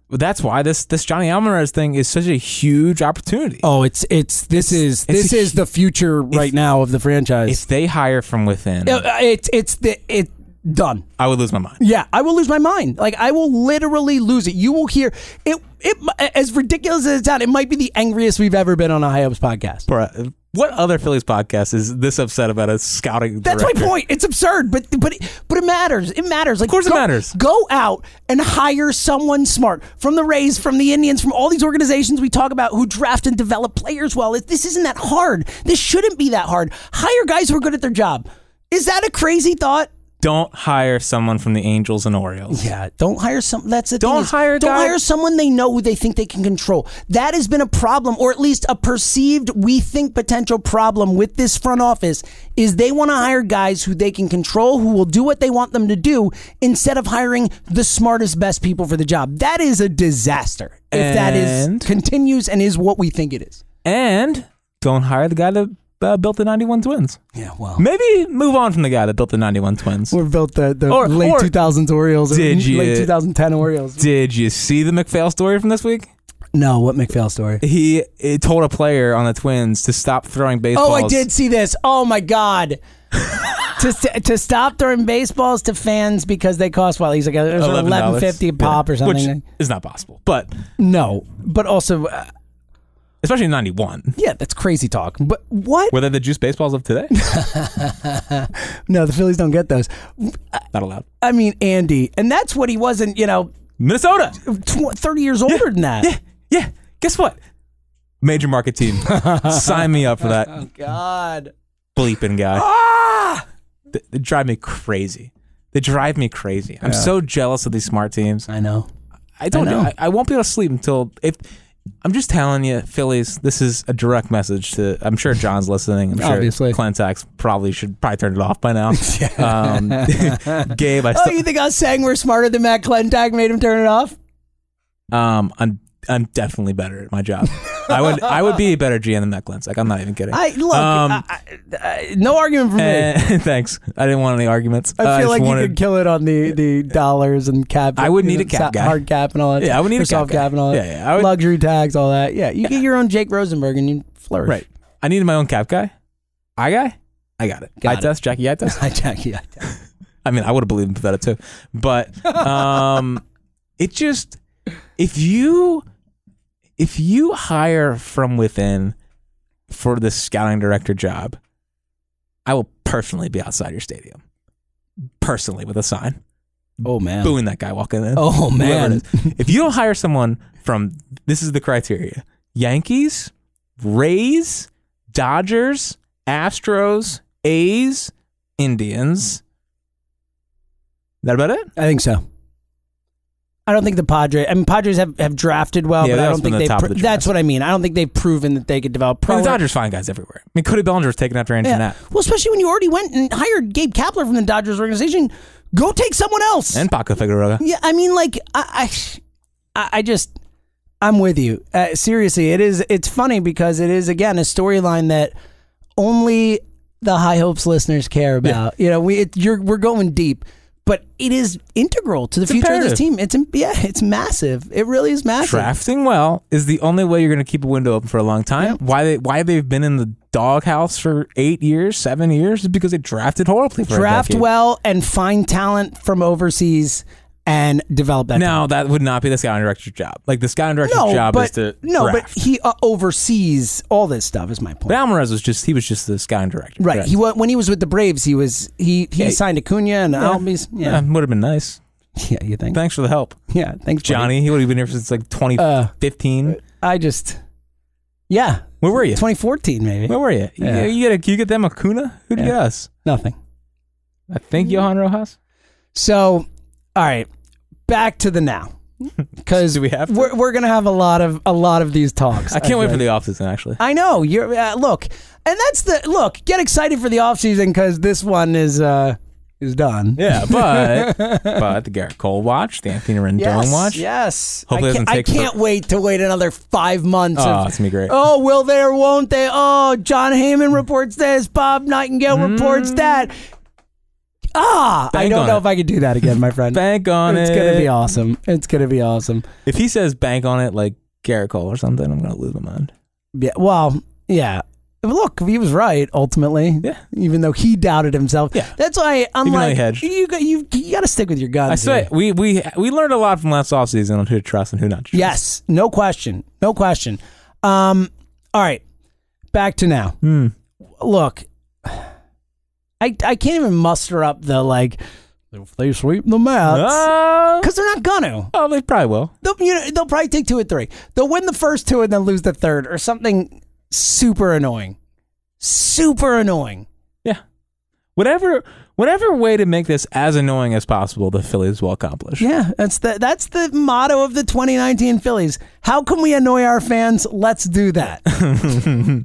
[SPEAKER 5] that's why this this Johnny Alvarez thing is such a huge opportunity.
[SPEAKER 4] oh, it's it's this is
[SPEAKER 5] it's a hu-
[SPEAKER 4] the future right now of the franchise.
[SPEAKER 5] If they hire from within,
[SPEAKER 4] Uh, uh, It's it's the it done.
[SPEAKER 5] I would lose my mind.
[SPEAKER 4] Yeah, I will lose my mind. Like I will literally lose it. You will hear it. It as ridiculous as it sounds, it might be the angriest we've ever been on a high ups podcast.
[SPEAKER 5] Bruh, What other Phillies podcast is this upset about a scouting?
[SPEAKER 4] That's
[SPEAKER 5] director?
[SPEAKER 4] my point. It's absurd, but but it, but it matters. It matters. Like, of
[SPEAKER 5] course it matters.
[SPEAKER 4] Go out and hire someone smart from the Rays, from the Indians, from all these organizations we talk about who draft and develop players well. It, this isn't that hard. This shouldn't be that hard. Hire guys who are good at their job. Is that a crazy thought?
[SPEAKER 5] Don't hire someone from the Angels and Orioles.
[SPEAKER 4] Yeah, don't hire some. That's the
[SPEAKER 5] Don't
[SPEAKER 4] thing is,
[SPEAKER 5] hire a
[SPEAKER 4] Don't
[SPEAKER 5] guy-
[SPEAKER 4] hire someone they know who they think they can control. That has been a problem, or at least a perceived, we think potential problem with this front office is they want to hire guys who they can control, who will do what they want them to do, instead of hiring the smartest, best people for the job. That is a disaster. If that
[SPEAKER 5] And-
[SPEAKER 4] is continues and is what we think it is.
[SPEAKER 5] And don't hire the guy that uh, built the 91 Twins.
[SPEAKER 4] Yeah, well,
[SPEAKER 5] Maybe move on from the guy that built the 91 Twins.
[SPEAKER 4] we're built the, the
[SPEAKER 5] Or-
[SPEAKER 4] late
[SPEAKER 5] or-
[SPEAKER 4] 2000s Orioles, or
[SPEAKER 5] Did you-
[SPEAKER 4] late 2010 Orioles.
[SPEAKER 5] Did you see the McPhail story from this week?
[SPEAKER 4] No, what McPhail story?
[SPEAKER 5] He, he told a player on the Twins to stop throwing baseballs.
[SPEAKER 4] Oh, I did see this. Oh my god. to, st- to stop throwing baseballs to fans because they cost well, he's like
[SPEAKER 5] $11.
[SPEAKER 4] eleven fifty a pop
[SPEAKER 5] Yeah.
[SPEAKER 4] or something.
[SPEAKER 5] Which is not possible. But
[SPEAKER 4] no, but also, uh,
[SPEAKER 5] especially in 91.
[SPEAKER 4] yeah, that's crazy talk. But what?
[SPEAKER 5] Were they the juice baseballs
[SPEAKER 4] *laughs*
[SPEAKER 5] of today?
[SPEAKER 4] No, the Phillies don't get those.
[SPEAKER 5] not allowed.
[SPEAKER 4] I mean, Andy, and that's what he wasn't. You know,
[SPEAKER 5] Minnesota.
[SPEAKER 4] tw- thirty years older than that.
[SPEAKER 5] Yeah. Guess what? Major market team.
[SPEAKER 4] *laughs*
[SPEAKER 5] Sign me up for that
[SPEAKER 4] God.
[SPEAKER 5] bleeping guy.
[SPEAKER 4] Ah.
[SPEAKER 5] They, they drive me crazy. They drive me crazy. I'm so jealous of these smart teams.
[SPEAKER 4] I know.
[SPEAKER 5] I don't
[SPEAKER 4] I
[SPEAKER 5] know.
[SPEAKER 4] know.
[SPEAKER 5] I, I won't be able to sleep until if. I'm just telling you, Phillies. This is a direct message to. I'm sure John's listening. I'm sure
[SPEAKER 4] Obviously.
[SPEAKER 5] Clentax probably should probably turn it off
[SPEAKER 4] *laughs*
[SPEAKER 5] by now. um, *laughs* Gabe, I
[SPEAKER 4] Oh,
[SPEAKER 5] still,
[SPEAKER 4] you think us saying we're smarter than Matt Clentag made him turn it off?
[SPEAKER 5] um, I'm I'm definitely better at my job. I would I would be a better GM than Matt Clentax. I'm not even kidding.
[SPEAKER 4] I look.
[SPEAKER 5] Um, eh,
[SPEAKER 4] I, I, I, no argument from me.
[SPEAKER 5] and- *laughs* thanks. I didn't want any arguments. Uh,
[SPEAKER 4] I feel
[SPEAKER 5] just
[SPEAKER 4] like you
[SPEAKER 5] wanted-
[SPEAKER 4] could kill it on the, the dollars and cap.
[SPEAKER 5] I would
[SPEAKER 4] you
[SPEAKER 5] need
[SPEAKER 4] know,
[SPEAKER 5] a cap
[SPEAKER 4] so-
[SPEAKER 5] guy.
[SPEAKER 4] hard cap and all that.
[SPEAKER 5] Yeah, I would need
[SPEAKER 4] or
[SPEAKER 5] a cap
[SPEAKER 4] soft
[SPEAKER 5] guy.
[SPEAKER 4] cap and all that.
[SPEAKER 5] Yeah, yeah, I would-
[SPEAKER 4] Luxury tags, all that. Yeah, you get your own Jake Rosenberg and you flourish. *laughs*
[SPEAKER 5] Right. I needed my own cap guy. I guy. I got it.
[SPEAKER 4] Got
[SPEAKER 5] I
[SPEAKER 4] it.
[SPEAKER 5] test Jackie. I test.
[SPEAKER 4] Hi, Jackie. Hi, Jackie.
[SPEAKER 5] I mean, I would have believed in Pavetta too, but um, it just if you if you hire from within for the scouting director job, I will personally be outside your stadium, personally with a sign,
[SPEAKER 4] Oh man.
[SPEAKER 5] booing that guy walking in.
[SPEAKER 4] Oh
[SPEAKER 5] Whoever it
[SPEAKER 4] man.
[SPEAKER 5] is. if you don't hire someone from this is the criteria: Yankees, Rays, Dodgers, Astros, A's, Indians. That about it?
[SPEAKER 4] I think so. I don't think the Padres. I mean, Padres have, have drafted well,
[SPEAKER 5] Yeah,
[SPEAKER 4] but I
[SPEAKER 5] that's
[SPEAKER 4] don't
[SPEAKER 5] been
[SPEAKER 4] think
[SPEAKER 5] the
[SPEAKER 4] they.
[SPEAKER 5] top
[SPEAKER 4] Pro-
[SPEAKER 5] of the
[SPEAKER 4] that's
[SPEAKER 5] draft.
[SPEAKER 4] what I mean. I don't think they've proven that they could develop.
[SPEAKER 5] I mean, the
[SPEAKER 4] pro-
[SPEAKER 5] Dodgers find guys everywhere. I mean, Cody Bellinger was taken after Andrew
[SPEAKER 4] Yeah.
[SPEAKER 5] Knapp
[SPEAKER 4] Well, especially when you already went and hired Gabe Kapler from the Dodgers organization. Go take someone else.
[SPEAKER 5] and Paco
[SPEAKER 4] *laughs*
[SPEAKER 5] Figueroa.
[SPEAKER 4] yeah, I mean, like I, I, I- I just, I'm with you. Uh, seriously, it is. It's funny because it is again a storyline that only the high hopes listeners care about. You know, we it, you're we're going deep. But it is integral to the future of
[SPEAKER 5] imperative.
[SPEAKER 4] this team. It's im- yeah, it's massive. It really is massive.
[SPEAKER 5] Drafting well is the only way you're going to keep a window open for a long time. Why they why they've been in the doghouse for eight years, seven years, is because they drafted horribly. For a
[SPEAKER 4] Draft
[SPEAKER 5] decade.
[SPEAKER 4] well and find talent from overseas and develop that.
[SPEAKER 5] Now that would not be the scouting director's job. Like the scouting director's
[SPEAKER 4] talent. no,
[SPEAKER 5] job
[SPEAKER 4] but
[SPEAKER 5] is to
[SPEAKER 4] no,
[SPEAKER 5] draft.
[SPEAKER 4] but he uh, oversees all this stuff. Is my point.
[SPEAKER 5] But Alvarez was just he was just the scouting director.
[SPEAKER 4] Right.
[SPEAKER 5] correct?
[SPEAKER 4] He wa- when he was with the Braves, he was he he signed Acuna and Albies. Yeah.
[SPEAKER 5] yeah. would have been nice.
[SPEAKER 4] yeah, you think?
[SPEAKER 5] Thanks for the help,
[SPEAKER 4] yeah, thanks, buddy.
[SPEAKER 5] Johnny. He would have been here since like 2015.
[SPEAKER 4] I just, yeah,
[SPEAKER 5] Where were you?
[SPEAKER 4] 2014 maybe.
[SPEAKER 5] Where were you? You-
[SPEAKER 4] Yeah.
[SPEAKER 5] You, get a, you get them Acuna? Who'd you
[SPEAKER 4] Yeah.
[SPEAKER 5] get us?
[SPEAKER 4] Nothing.
[SPEAKER 5] I think Johan Rojas.
[SPEAKER 4] So, all right, back to the now, because
[SPEAKER 5] *laughs* Do we have to?
[SPEAKER 4] We're, we're gonna have a lot of a lot of these talks.
[SPEAKER 5] I can't wait for
[SPEAKER 4] think.
[SPEAKER 5] the offseason. Actually,
[SPEAKER 4] I know you're uh, look, and that's the look. Get excited for the offseason because this one is uh is done.
[SPEAKER 5] yeah, *laughs* but but the Garrett Cole watch, the Anthony Rendon
[SPEAKER 4] Yes,
[SPEAKER 5] watch.
[SPEAKER 4] Yes.
[SPEAKER 5] Hopefully
[SPEAKER 4] I
[SPEAKER 5] it
[SPEAKER 4] can't,
[SPEAKER 5] doesn't take
[SPEAKER 4] I can't wait to wait another five months.
[SPEAKER 5] Oh,
[SPEAKER 4] of,
[SPEAKER 5] it's gonna be great.
[SPEAKER 4] Oh, will they or won't they? Oh, John Heyman reports this. Bob Nightingale reports that. Ah, I
[SPEAKER 5] Bank
[SPEAKER 4] don't
[SPEAKER 5] Mm. on
[SPEAKER 4] know
[SPEAKER 5] it.
[SPEAKER 4] if I could do that again, my
[SPEAKER 5] *laughs*
[SPEAKER 4] friend.
[SPEAKER 5] Bank on
[SPEAKER 4] it's
[SPEAKER 5] it.
[SPEAKER 4] gonna be awesome. It's gonna be awesome.
[SPEAKER 5] If he says bank on it like Garrett Cole or something, I'm gonna lose my mind.
[SPEAKER 4] Yeah. Well, yeah. Look, he was right ultimately.
[SPEAKER 5] Yeah.
[SPEAKER 4] Even though he doubted himself.
[SPEAKER 5] Yeah.
[SPEAKER 4] That's why I'm
[SPEAKER 5] Even though he
[SPEAKER 4] like,
[SPEAKER 5] hedged.
[SPEAKER 4] you got you, you got to stick with your guns.
[SPEAKER 5] I say
[SPEAKER 4] here.
[SPEAKER 5] we we we learned a lot from last offseason on who to trust and who not to trust.
[SPEAKER 4] Yes. No question. No question. Um. All right. Back to now.
[SPEAKER 5] Hmm.
[SPEAKER 4] look, I I can't even muster up the like if they sweep the mats
[SPEAKER 5] Ah,
[SPEAKER 4] because they're not gonna.
[SPEAKER 5] oh, they probably will.
[SPEAKER 4] They'll, you know, they'll probably take two or three. They'll win the first two and then lose the third or something super annoying, super annoying.
[SPEAKER 5] Yeah. Whatever whatever way to make this as annoying as possible, the Phillies will accomplish.
[SPEAKER 4] Yeah, that's the that's the motto of the 2019 Phillies. How can we annoy our fans? Let's do that.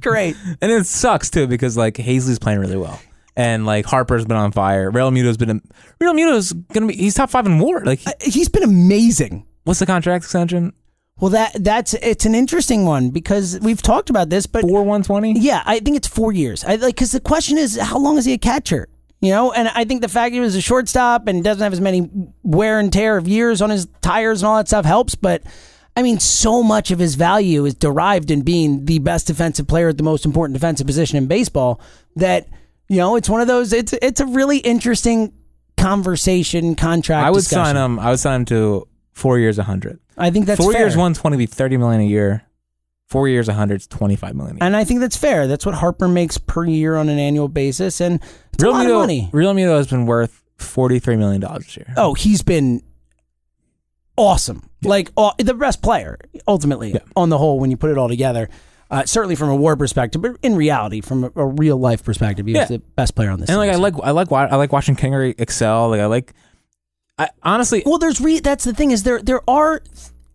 [SPEAKER 4] *laughs* Great.
[SPEAKER 5] And it sucks too because like Hazley's playing really well. And like Harper's been on fire. Real Muto's been Real Muto's gonna be he's top five in war. Like
[SPEAKER 4] He's been amazing.
[SPEAKER 5] what's the contract extension?
[SPEAKER 4] Well, that that's it's an interesting one because we've talked about this, but
[SPEAKER 5] Four one twenty?
[SPEAKER 4] Yeah, I think it's four years. I like because the question is, how long is he a catcher? You know, and I think the fact that he was a shortstop and doesn't have as many wear and tear of years on his tires and all that stuff helps. But I mean, so much of his value is derived in being the best defensive player at the most important defensive position in baseball. That you know, it's one of those. It's it's a really interesting conversation contract.
[SPEAKER 5] I would
[SPEAKER 4] discussion.
[SPEAKER 5] sign him I would sign him to four years a hundred.
[SPEAKER 4] I think that's
[SPEAKER 5] four
[SPEAKER 4] fair.
[SPEAKER 5] years one twenty be thirty million a year. Four years a hundred is twenty five million a year.
[SPEAKER 4] and I think that's fair. That's what Harper makes per year on an annual basis, and it's a lot of money.
[SPEAKER 5] Real Muto has been worth forty three million dollars this year.
[SPEAKER 4] oh, he's been awesome. Like aw- the best player, ultimately, on the whole, when you put it all together. Uh, certainly from a war perspective, but in reality, from a, a real life perspective, he was
[SPEAKER 5] Yeah.
[SPEAKER 4] the best player on this.
[SPEAKER 5] and like I
[SPEAKER 4] team, so.
[SPEAKER 5] like I like wa- I like watching Kingery excel. Like I like I honestly
[SPEAKER 4] Well, there's re- that's the thing is there there are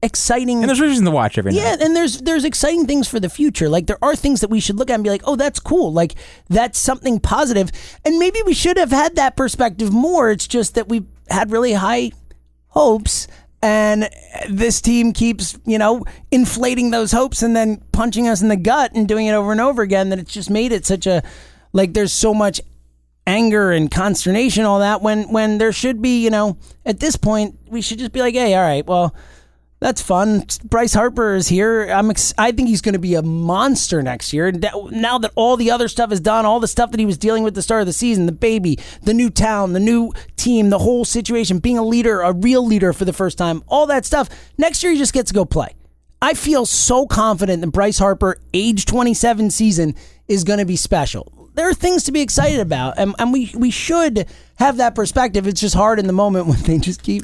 [SPEAKER 4] exciting.
[SPEAKER 5] and there's reason to watch every
[SPEAKER 4] yeah,
[SPEAKER 5] night.
[SPEAKER 4] and there's there's exciting things for the future. Like there are things that we should look at and be like, oh, that's cool. Like that's something positive, and maybe we should have had that perspective more. It's just that we had really high hopes and this team keeps you know inflating those hopes and then punching us in the gut and doing it over and over again that it's just made it such a like there's so much anger and consternation all that when when there should be you know at this point we should just be like hey all right well that's fun bryce harper is here i'm ex- i think he's going to be a monster next year And that, now that all the other stuff is done all the stuff that he was dealing with at the start of the season the baby the new town the new team the whole situation being a leader a real leader for the first time all that stuff next year he just gets to go play I feel so confident that Bryce Harper, age 27 season, is going to be special. there are things to be excited about, and, and we we should have that perspective. It's just hard in the moment when they just keep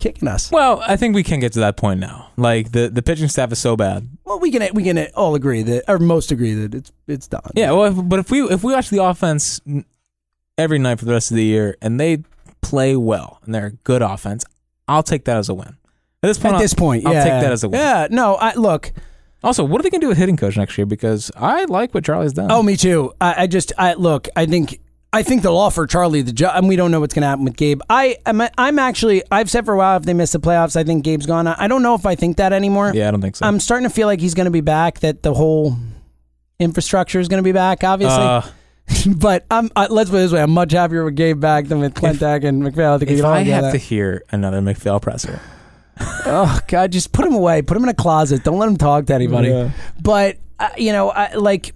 [SPEAKER 4] kicking us. Well,
[SPEAKER 5] Well, I think we can get to that point now. Like the the pitching staff is so bad.
[SPEAKER 4] we can we can all agree that, or most agree that it's it's done.
[SPEAKER 5] Yeah, well, if, but if we if we watch the offense n- every night for the rest of the year and they play well and they're a good offense, I'll take that as a win. At this point,
[SPEAKER 4] At this
[SPEAKER 5] I'll-
[SPEAKER 4] point,
[SPEAKER 5] I'll
[SPEAKER 4] yeah.
[SPEAKER 5] take that as a win.
[SPEAKER 4] Yeah, no, I look.
[SPEAKER 5] Also, what are they going to do with hitting coach next year? Because I like what Charlie's done.
[SPEAKER 4] Oh, me too. I, I just, I look. I think, I think they'll offer Charlie the job, and we don't know what's going to happen with Gabe. I am, I'm actually, I've said for a while, if they miss the playoffs, I think Gabe's gone. I, I don't know if I think that anymore.
[SPEAKER 5] yeah, I don't think so. Uh,
[SPEAKER 4] I'm starting to feel like he's going to be back. That the whole infrastructure is going to be back, obviously.
[SPEAKER 5] Uh,
[SPEAKER 4] *laughs* but I'm, I, let's put it this way: I'm much happier with Gabe back than with Clintack and McPhail. I think we
[SPEAKER 5] if
[SPEAKER 4] can all
[SPEAKER 5] I
[SPEAKER 4] get
[SPEAKER 5] have to
[SPEAKER 4] that.
[SPEAKER 5] hear another McPhail presser,
[SPEAKER 4] oh god, just put him away. Put him in a closet. Don't let him talk to anybody.
[SPEAKER 5] Yeah.
[SPEAKER 4] But uh, you know, I, like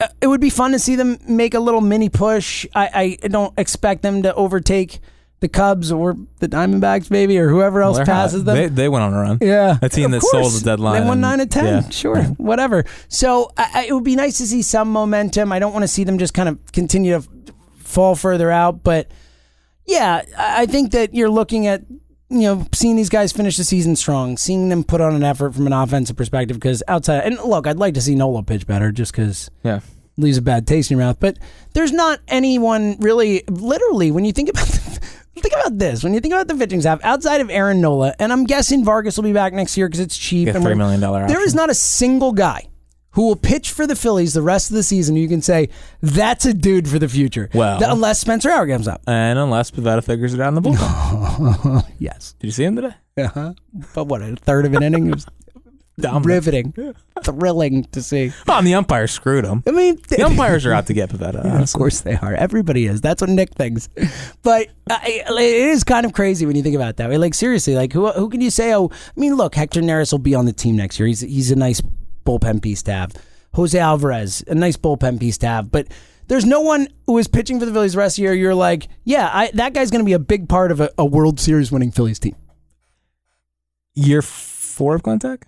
[SPEAKER 4] uh, it would be fun to see them make a little mini push. I, I don't expect them to overtake the Cubs or the Diamondbacks, maybe, or whoever else
[SPEAKER 5] they're hot.
[SPEAKER 4] passes them.
[SPEAKER 5] They, they went on a run.
[SPEAKER 4] Yeah,
[SPEAKER 5] a team
[SPEAKER 4] Of
[SPEAKER 5] that sold
[SPEAKER 4] course.
[SPEAKER 5] the deadline
[SPEAKER 4] They won
[SPEAKER 5] and-
[SPEAKER 4] nine of ten.
[SPEAKER 5] yeah.
[SPEAKER 4] Sure, whatever. So I, I, it would be nice to see some momentum. I don't want to see them just kind of continue to f- fall further out, but yeah, I I think that you're looking at you know seeing these guys finish the season strong, seeing them put on an effort from an offensive perspective. Because outside, and look, I'd like to see Nola pitch better, just because
[SPEAKER 5] Yeah.
[SPEAKER 4] leaves a bad taste in your mouth. But there's not anyone really, literally, when you think about the, think about this, when you think about the pitching staff outside of Aaron Nola, and I'm guessing Vargas will be back next year because it's cheap.
[SPEAKER 5] Get
[SPEAKER 4] and
[SPEAKER 5] $3
[SPEAKER 4] we're-
[SPEAKER 5] million dollar
[SPEAKER 4] There is
[SPEAKER 5] option.
[SPEAKER 4] not a single guy who will pitch for the Phillies the rest of the season. who You can say that's a dude for the future.
[SPEAKER 5] Well-
[SPEAKER 4] Th- unless Spencer Howard comes up.
[SPEAKER 5] And unless Pavetta figures it out in
[SPEAKER 4] *laughs*
[SPEAKER 5] the bullpen.
[SPEAKER 4] Yes,
[SPEAKER 5] Did you see him today?
[SPEAKER 4] uh-huh. but what a third of an inning.
[SPEAKER 5] *laughs*
[SPEAKER 4] It was
[SPEAKER 5] Dominant.
[SPEAKER 4] riveting, thrilling to see.
[SPEAKER 5] Oh, and the umpire screwed him.
[SPEAKER 4] I mean,
[SPEAKER 5] The umpires are out to
[SPEAKER 4] *laughs*
[SPEAKER 5] get Pavetta.
[SPEAKER 4] Yeah, of
[SPEAKER 5] honestly.
[SPEAKER 4] course they are. Everybody is. That's what Nick thinks. But uh, it it is kind of crazy when you think about it that way. Like seriously, like who who can you say? Oh, I mean, look, Hector Neris will be on the team next year. He's he's a nice bullpen piece to have. Jose Alvarez, a nice bullpen piece to have. But there's no one who is pitching for the Phillies the rest of the year. You're like, yeah, I, that guy's going to be a big part of a, a World Series winning Phillies team.
[SPEAKER 5] Year four of contact?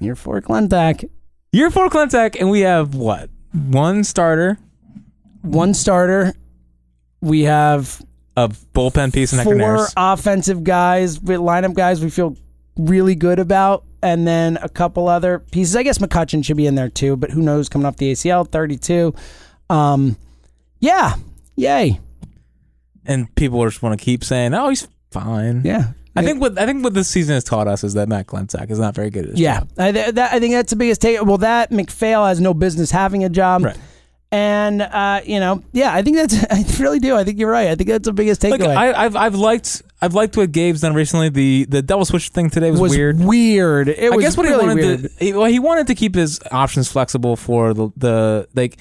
[SPEAKER 4] Year four, Glendak,
[SPEAKER 5] Year four Clentech, and we have what? One starter
[SPEAKER 4] one starter. We have
[SPEAKER 5] of bullpen piece and Hector
[SPEAKER 4] four
[SPEAKER 5] Neris.
[SPEAKER 4] offensive guys, with lineup guys we feel really good about, and then a couple other pieces. I guess McCutcheon should be in there too, but who knows coming off the ACL, 32. Um, yeah, yay.
[SPEAKER 5] And people just want to keep saying, "Oh, he's fine."
[SPEAKER 4] Yeah.
[SPEAKER 5] I think what I think what this season has taught us is that Matt Clentech is not very good at his
[SPEAKER 4] Yeah,
[SPEAKER 5] job.
[SPEAKER 4] I, th- that, I think that's the biggest take. Well, that McPhail has no business having a job.
[SPEAKER 5] Right.
[SPEAKER 4] And, uh, you know, yeah, I think that's, *laughs* I really do. I think you're right. I think that's the biggest
[SPEAKER 5] Like
[SPEAKER 4] takeaway.
[SPEAKER 5] I, I've I've liked I've liked what Gabe's done recently. The the double switch thing today was,
[SPEAKER 4] was
[SPEAKER 5] weird.
[SPEAKER 4] weird. It
[SPEAKER 5] I
[SPEAKER 4] was
[SPEAKER 5] guess what
[SPEAKER 4] really
[SPEAKER 5] he wanted
[SPEAKER 4] weird.
[SPEAKER 5] to he, well, he wanted to keep his options flexible for the, the like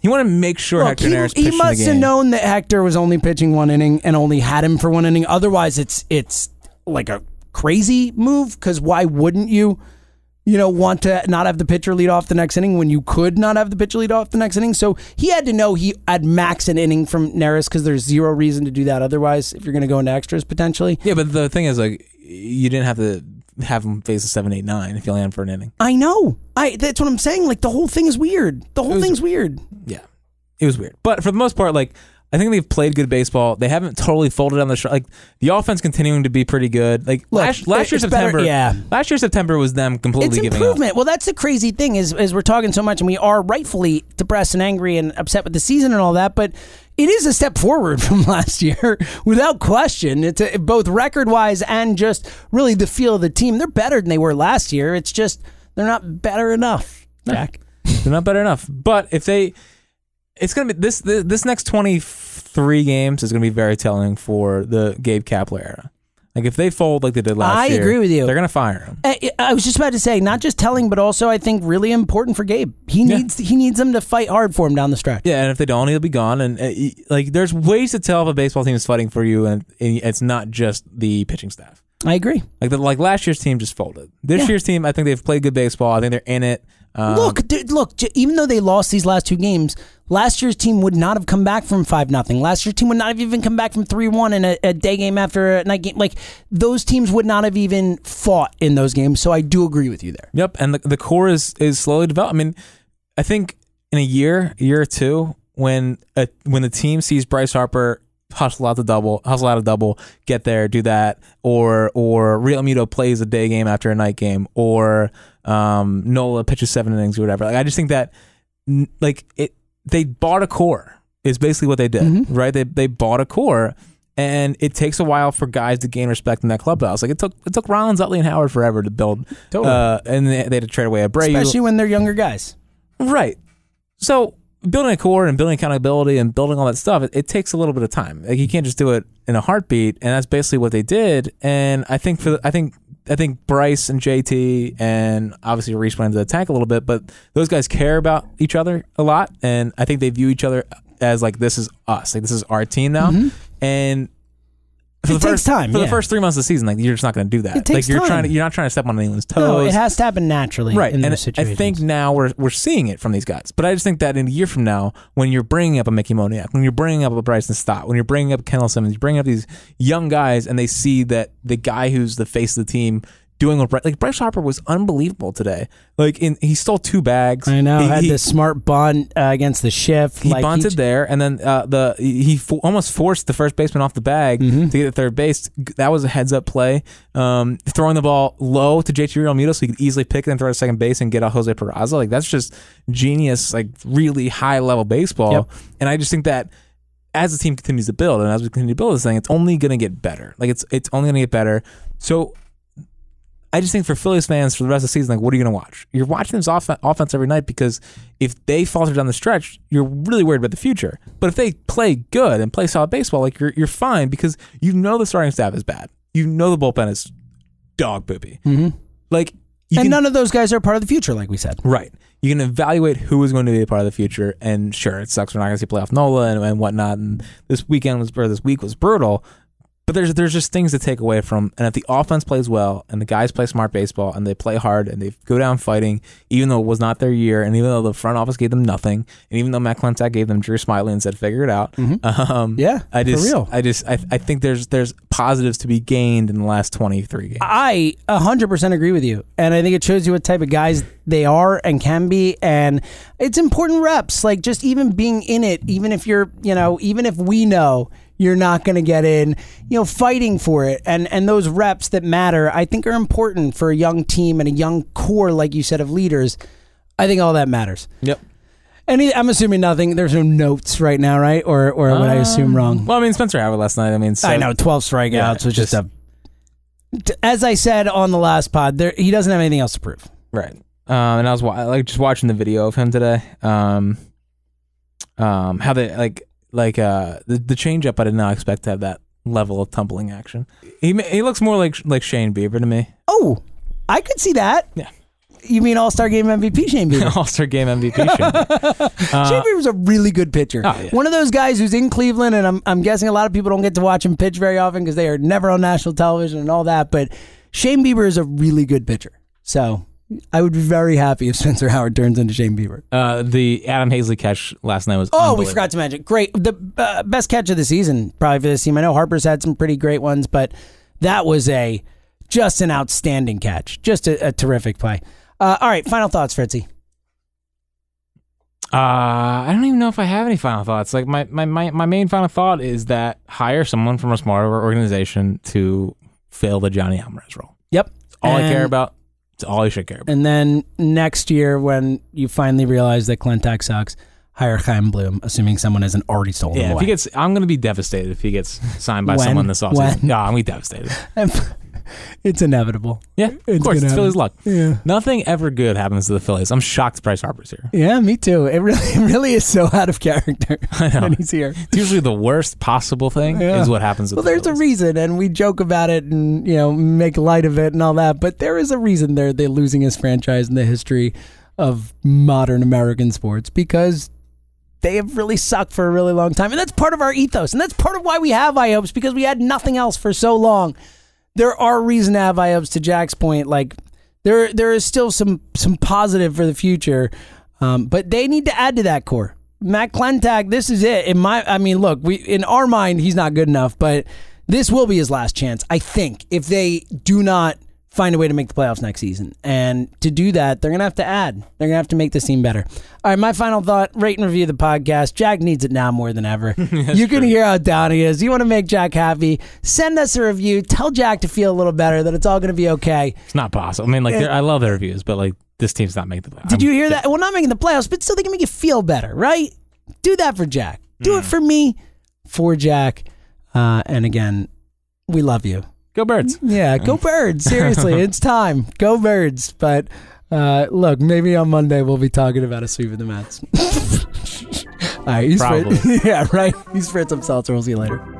[SPEAKER 5] he wanted to make sure
[SPEAKER 4] Look,
[SPEAKER 5] Hector
[SPEAKER 4] he,
[SPEAKER 5] Neris
[SPEAKER 4] he
[SPEAKER 5] pitched in the
[SPEAKER 4] must have
[SPEAKER 5] game.
[SPEAKER 4] known that Hector was only pitching one inning and only had him for one inning. Otherwise, it's it's like a crazy move because why wouldn't you, you know, want to not have the pitcher lead off the next inning when you could not have the pitcher lead off the next inning? So he had to know he had max an inning from Neris because there's zero reason to do that otherwise if you're going to go into extras potentially.
[SPEAKER 5] Yeah, but the thing is, like, you didn't have to have him face a seven, eight, nine if you only had him for an inning.
[SPEAKER 4] I know. I that's what I'm saying. Like the whole thing is weird. The whole thing's weird.
[SPEAKER 5] Yeah, it was weird. But for the most part, like, I think they've played good baseball. They haven't totally folded on the shot. Like, the offense continuing to be pretty good. Like
[SPEAKER 4] Look,
[SPEAKER 5] last last year
[SPEAKER 4] it's better-
[SPEAKER 5] September,
[SPEAKER 4] yeah.
[SPEAKER 5] last year September was them completely
[SPEAKER 4] it's
[SPEAKER 5] giving up.
[SPEAKER 4] improvement. Well, that's the crazy thing is is we're talking so much and we are rightfully depressed and angry and upset with the season and all that, but it is a step forward *laughs* from last year without question. It's a, both record wise and just really the feel of the team. They're better than they were last year. It's just they're not better enough. Jack.
[SPEAKER 5] They're not better enough. But if they, it's gonna be this this, this next twenty three games is gonna be very telling for the Gabe Kapler era. Like if they fold like they did last
[SPEAKER 4] I
[SPEAKER 5] year,
[SPEAKER 4] agree with you.
[SPEAKER 5] They're gonna fire him.
[SPEAKER 4] I, I was just about to say, not just telling, but also I think really important for Gabe. He
[SPEAKER 5] Yeah.
[SPEAKER 4] needs he needs them to fight hard for him down the stretch.
[SPEAKER 5] Yeah, and if they don't, he'll be gone. And uh, y- like, there's ways to tell if a baseball team is fighting for you, and, and it's not just the pitching staff.
[SPEAKER 4] I agree.
[SPEAKER 5] Like, the, like last year's team just folded. This year's team, I think they've played good baseball. I think they're in it. Um,
[SPEAKER 4] Look, dude, look. j- Even though they lost these last two games, last year's team would not have come back from five nothing. Last year's team would not have even come back from three one in a, a day game after a night game. Like those teams would not have even fought in those games. So I do agree with you there.
[SPEAKER 5] Yep, and the, the core is is slowly developed. I mean, I think in a year, year or two, when a, when the team sees Bryce Harper hustle out the double, hustle out a double, get there, do that, or or Real Muto plays a day game after a night game, or um, Nola pitches seven innings or whatever. Like I just think that n- like it they bought a core is basically what they did,
[SPEAKER 4] Mm-hmm.
[SPEAKER 5] right? They they bought a core. And it takes a while for guys to gain respect in that clubhouse. Like it took it took Rollins, Utley, and Howard forever to build.
[SPEAKER 4] Totally.
[SPEAKER 5] Uh, and they, they had to trade away Abreu.
[SPEAKER 4] especially when they're younger guys.
[SPEAKER 5] Right. So building a core and building accountability and building all that stuff, it, it takes a little bit of time. Like you can't just do it in a heartbeat. And that's basically what they did. And I think for the, I think I think Bryce and JT and obviously Reese went into the tank a little bit, but those guys care about each other a lot, and I think they view each other as like this is us, like this is our team now, and. For
[SPEAKER 4] Mm-hmm. It
[SPEAKER 5] the
[SPEAKER 4] takes
[SPEAKER 5] first,
[SPEAKER 4] time,
[SPEAKER 5] For
[SPEAKER 4] yeah.
[SPEAKER 5] the first three months of the season, like you're just not going to do that.
[SPEAKER 4] It takes
[SPEAKER 5] like you're
[SPEAKER 4] time.
[SPEAKER 5] trying to, you're not trying to step on anyone's toes
[SPEAKER 4] No, Oh, it has to happen naturally,
[SPEAKER 5] right
[SPEAKER 4] In
[SPEAKER 5] and
[SPEAKER 4] those situations,
[SPEAKER 5] i think now we're, we're seeing it from these guys but i just think that in a year from now when you're bringing up a mickey moniak when you're bringing up a bryson stott when you're bringing up kendall simmons you're bringing up these young guys and they see that the guy who's the face of the team doing what Bry- like bryce harper was unbelievable today like in he stole two bags
[SPEAKER 4] I know.
[SPEAKER 5] he,
[SPEAKER 4] had
[SPEAKER 5] he-
[SPEAKER 4] the smart bunt uh, against the shift.
[SPEAKER 5] he
[SPEAKER 4] like,
[SPEAKER 5] bunted there, and then uh, the he he fo- almost forced the first baseman off the bag
[SPEAKER 4] Mm-hmm.
[SPEAKER 5] to get to third base. G- That was a heads up play, um, throwing the ball low to JT Realmuto so he could easily pick it and throw to second base and get out Jose Peraza. Like that's just genius, like really high level baseball.
[SPEAKER 4] Yep.
[SPEAKER 5] And I just think that as the team continues to build and as we continue to build this thing, it's only going to get better. Like it's it's only going to get better. So I just think for Phillies fans for the rest of the season, like, what are you going to watch? You're watching this off- offense every night because if they falter down the stretch, you're really worried about the future. But if they play good and play solid baseball, like you're you're fine because you know the starting staff is bad. You know the bullpen is dog poopy. Like you
[SPEAKER 4] and
[SPEAKER 5] can
[SPEAKER 4] none of those guys are part of the future, like we said.
[SPEAKER 5] Right. You can evaluate who is going to be a part of the future. And sure, it sucks. We're not going to see playoff Nola and, and whatnot. And this weekend was, or this week was brutal. But there's there's just things to take away from. And if the offense plays well and the guys play smart baseball and they play hard and they go down fighting, even though it was not their year and even though the front office gave them nothing and even though Matt Clentak gave them Drew Smiley and said, figure it out. Um,
[SPEAKER 4] Yeah,
[SPEAKER 5] I
[SPEAKER 4] Mm-hmm. for
[SPEAKER 5] just,
[SPEAKER 4] real.
[SPEAKER 5] I just, I, I think there's there's positives to be gained in the last 23 games.
[SPEAKER 4] I 100% agree with you. And I think it shows you what type of guys they are and can be. And it's important reps. Like, just even being in it, even if you're, you know, even if we know you're not going to get in, you know, fighting for it. And, and those reps that matter, I think are important for a young team and a young core, like you said, of leaders. I think all that matters.
[SPEAKER 5] Yep.
[SPEAKER 4] Any, I'm assuming nothing. There's no notes right now, right? Or, or would I assume wrong?
[SPEAKER 5] Well, I mean, Spencer Howard last night. I mean, so
[SPEAKER 4] I know twelve strikeouts
[SPEAKER 5] Yeah,
[SPEAKER 4] was just
[SPEAKER 5] just-
[SPEAKER 4] a. T- As I said on the last pod, there he doesn't have anything else to prove.
[SPEAKER 5] Right. Um, and I was wa- like just watching the video of him today. Um, um, how they like like uh the the changeup. I did not expect to have that level of tumbling action. He ma- he looks more like like Shane Bieber to me.
[SPEAKER 4] Oh, I could see that.
[SPEAKER 5] Yeah.
[SPEAKER 4] You mean All Star Game MVP Shane *laughs*
[SPEAKER 5] *laughs*
[SPEAKER 4] Bieber?
[SPEAKER 5] All Star Game MVP.
[SPEAKER 4] *laughs*
[SPEAKER 5] Shane Bieber.
[SPEAKER 4] Shane Bieber's a really good pitcher.
[SPEAKER 5] Oh, yeah.
[SPEAKER 4] One of those guys who's in Cleveland, and I'm I'm guessing a lot of people don't get to watch him pitch very often because they are never on national television and all that. But Shane Bieber is a really good pitcher, so I would be very happy if *laughs* Spencer Howard turns into Shane Bieber.
[SPEAKER 5] Uh, the Adam Hazley catch last night was.
[SPEAKER 4] Oh, we
[SPEAKER 5] unbelievable.
[SPEAKER 4] forgot to mention. Great. The uh, best catch of the season, probably for this team. I know Harper's had some pretty great ones, but that was a just an outstanding catch. Just a, a terrific play. Uh, all right, final thoughts, Fritzy.
[SPEAKER 5] Uh, I don't even know if I have any final thoughts. Like my, my, my, my main final thought is that hire someone from a smarter organization to fill the Johnny Alvarez role.
[SPEAKER 4] Yep.
[SPEAKER 5] All I care
[SPEAKER 4] And-
[SPEAKER 5] about. It's all you should care about.
[SPEAKER 4] And then next year, when you finally realize that Clintock sucks, hire Chaim Bloom, assuming someone hasn't already stolen
[SPEAKER 5] Yeah,
[SPEAKER 4] him
[SPEAKER 5] if
[SPEAKER 4] away.
[SPEAKER 5] he gets, I'm gonna be devastated if he gets signed by
[SPEAKER 4] When?
[SPEAKER 5] someone this offseason.
[SPEAKER 4] When?
[SPEAKER 5] No, I'm gonna be devastated.
[SPEAKER 4] *laughs* it's inevitable.
[SPEAKER 5] Yeah,
[SPEAKER 4] It's
[SPEAKER 5] of course,
[SPEAKER 4] gonna
[SPEAKER 5] it's Phillies luck.
[SPEAKER 4] happen. Yeah.
[SPEAKER 5] nothing ever good happens to the Phillies. I'm shocked Bryce Harper's here.
[SPEAKER 4] Yeah, me too. It really, *laughs* it really is so out of character when he's here.
[SPEAKER 5] It's usually the worst possible thing
[SPEAKER 4] Yeah.
[SPEAKER 5] is what happens. With
[SPEAKER 4] Well,
[SPEAKER 5] the
[SPEAKER 4] there's a
[SPEAKER 5] Phillies.
[SPEAKER 4] reason, and we joke about it and you know make light of it and all that. But there is a reason they're they're losing his franchise in the history of modern American sports because they have really sucked for a really long time, and that's part of our ethos, and that's part of why we have IOPS because we had nothing else for so long. There are reason to have IOPS. To Jack's point, like there there is still some some positive for the future, um, but they need to add to that core. Matt Clentag, this is it. In my, I mean, look, we in our mind, he's not good enough, but this will be his last chance, I think, if they do not find a way to make the playoffs next season. And to do that, they're going to have to add. They're going to have to make this team better. All right, my final thought rate and review the podcast. Jack needs it now more than ever. you can hear how down he is. You want to make Jack happy. Send us a review. Tell Jack to feel a little better that it's all going to be okay.
[SPEAKER 5] It's not possible. I mean, like they're- I love their reviews, but like this team's not making the playoffs.
[SPEAKER 4] Did you hear that? Well, not making the playoffs, but still they can make you feel better, right? Do that for Jack. Do it for me, for Jack. Uh, and again, we love you.
[SPEAKER 5] Go birds.
[SPEAKER 4] Yeah, go birds. Seriously, it's time. Go birds. But uh, look, maybe on Monday we'll be talking about a sweep of the Mets. *laughs* All right, he's Fritz.
[SPEAKER 5] Probably.
[SPEAKER 4] *laughs* yeah, right. He's Fritz. I'm Seltzer. We'll see you later.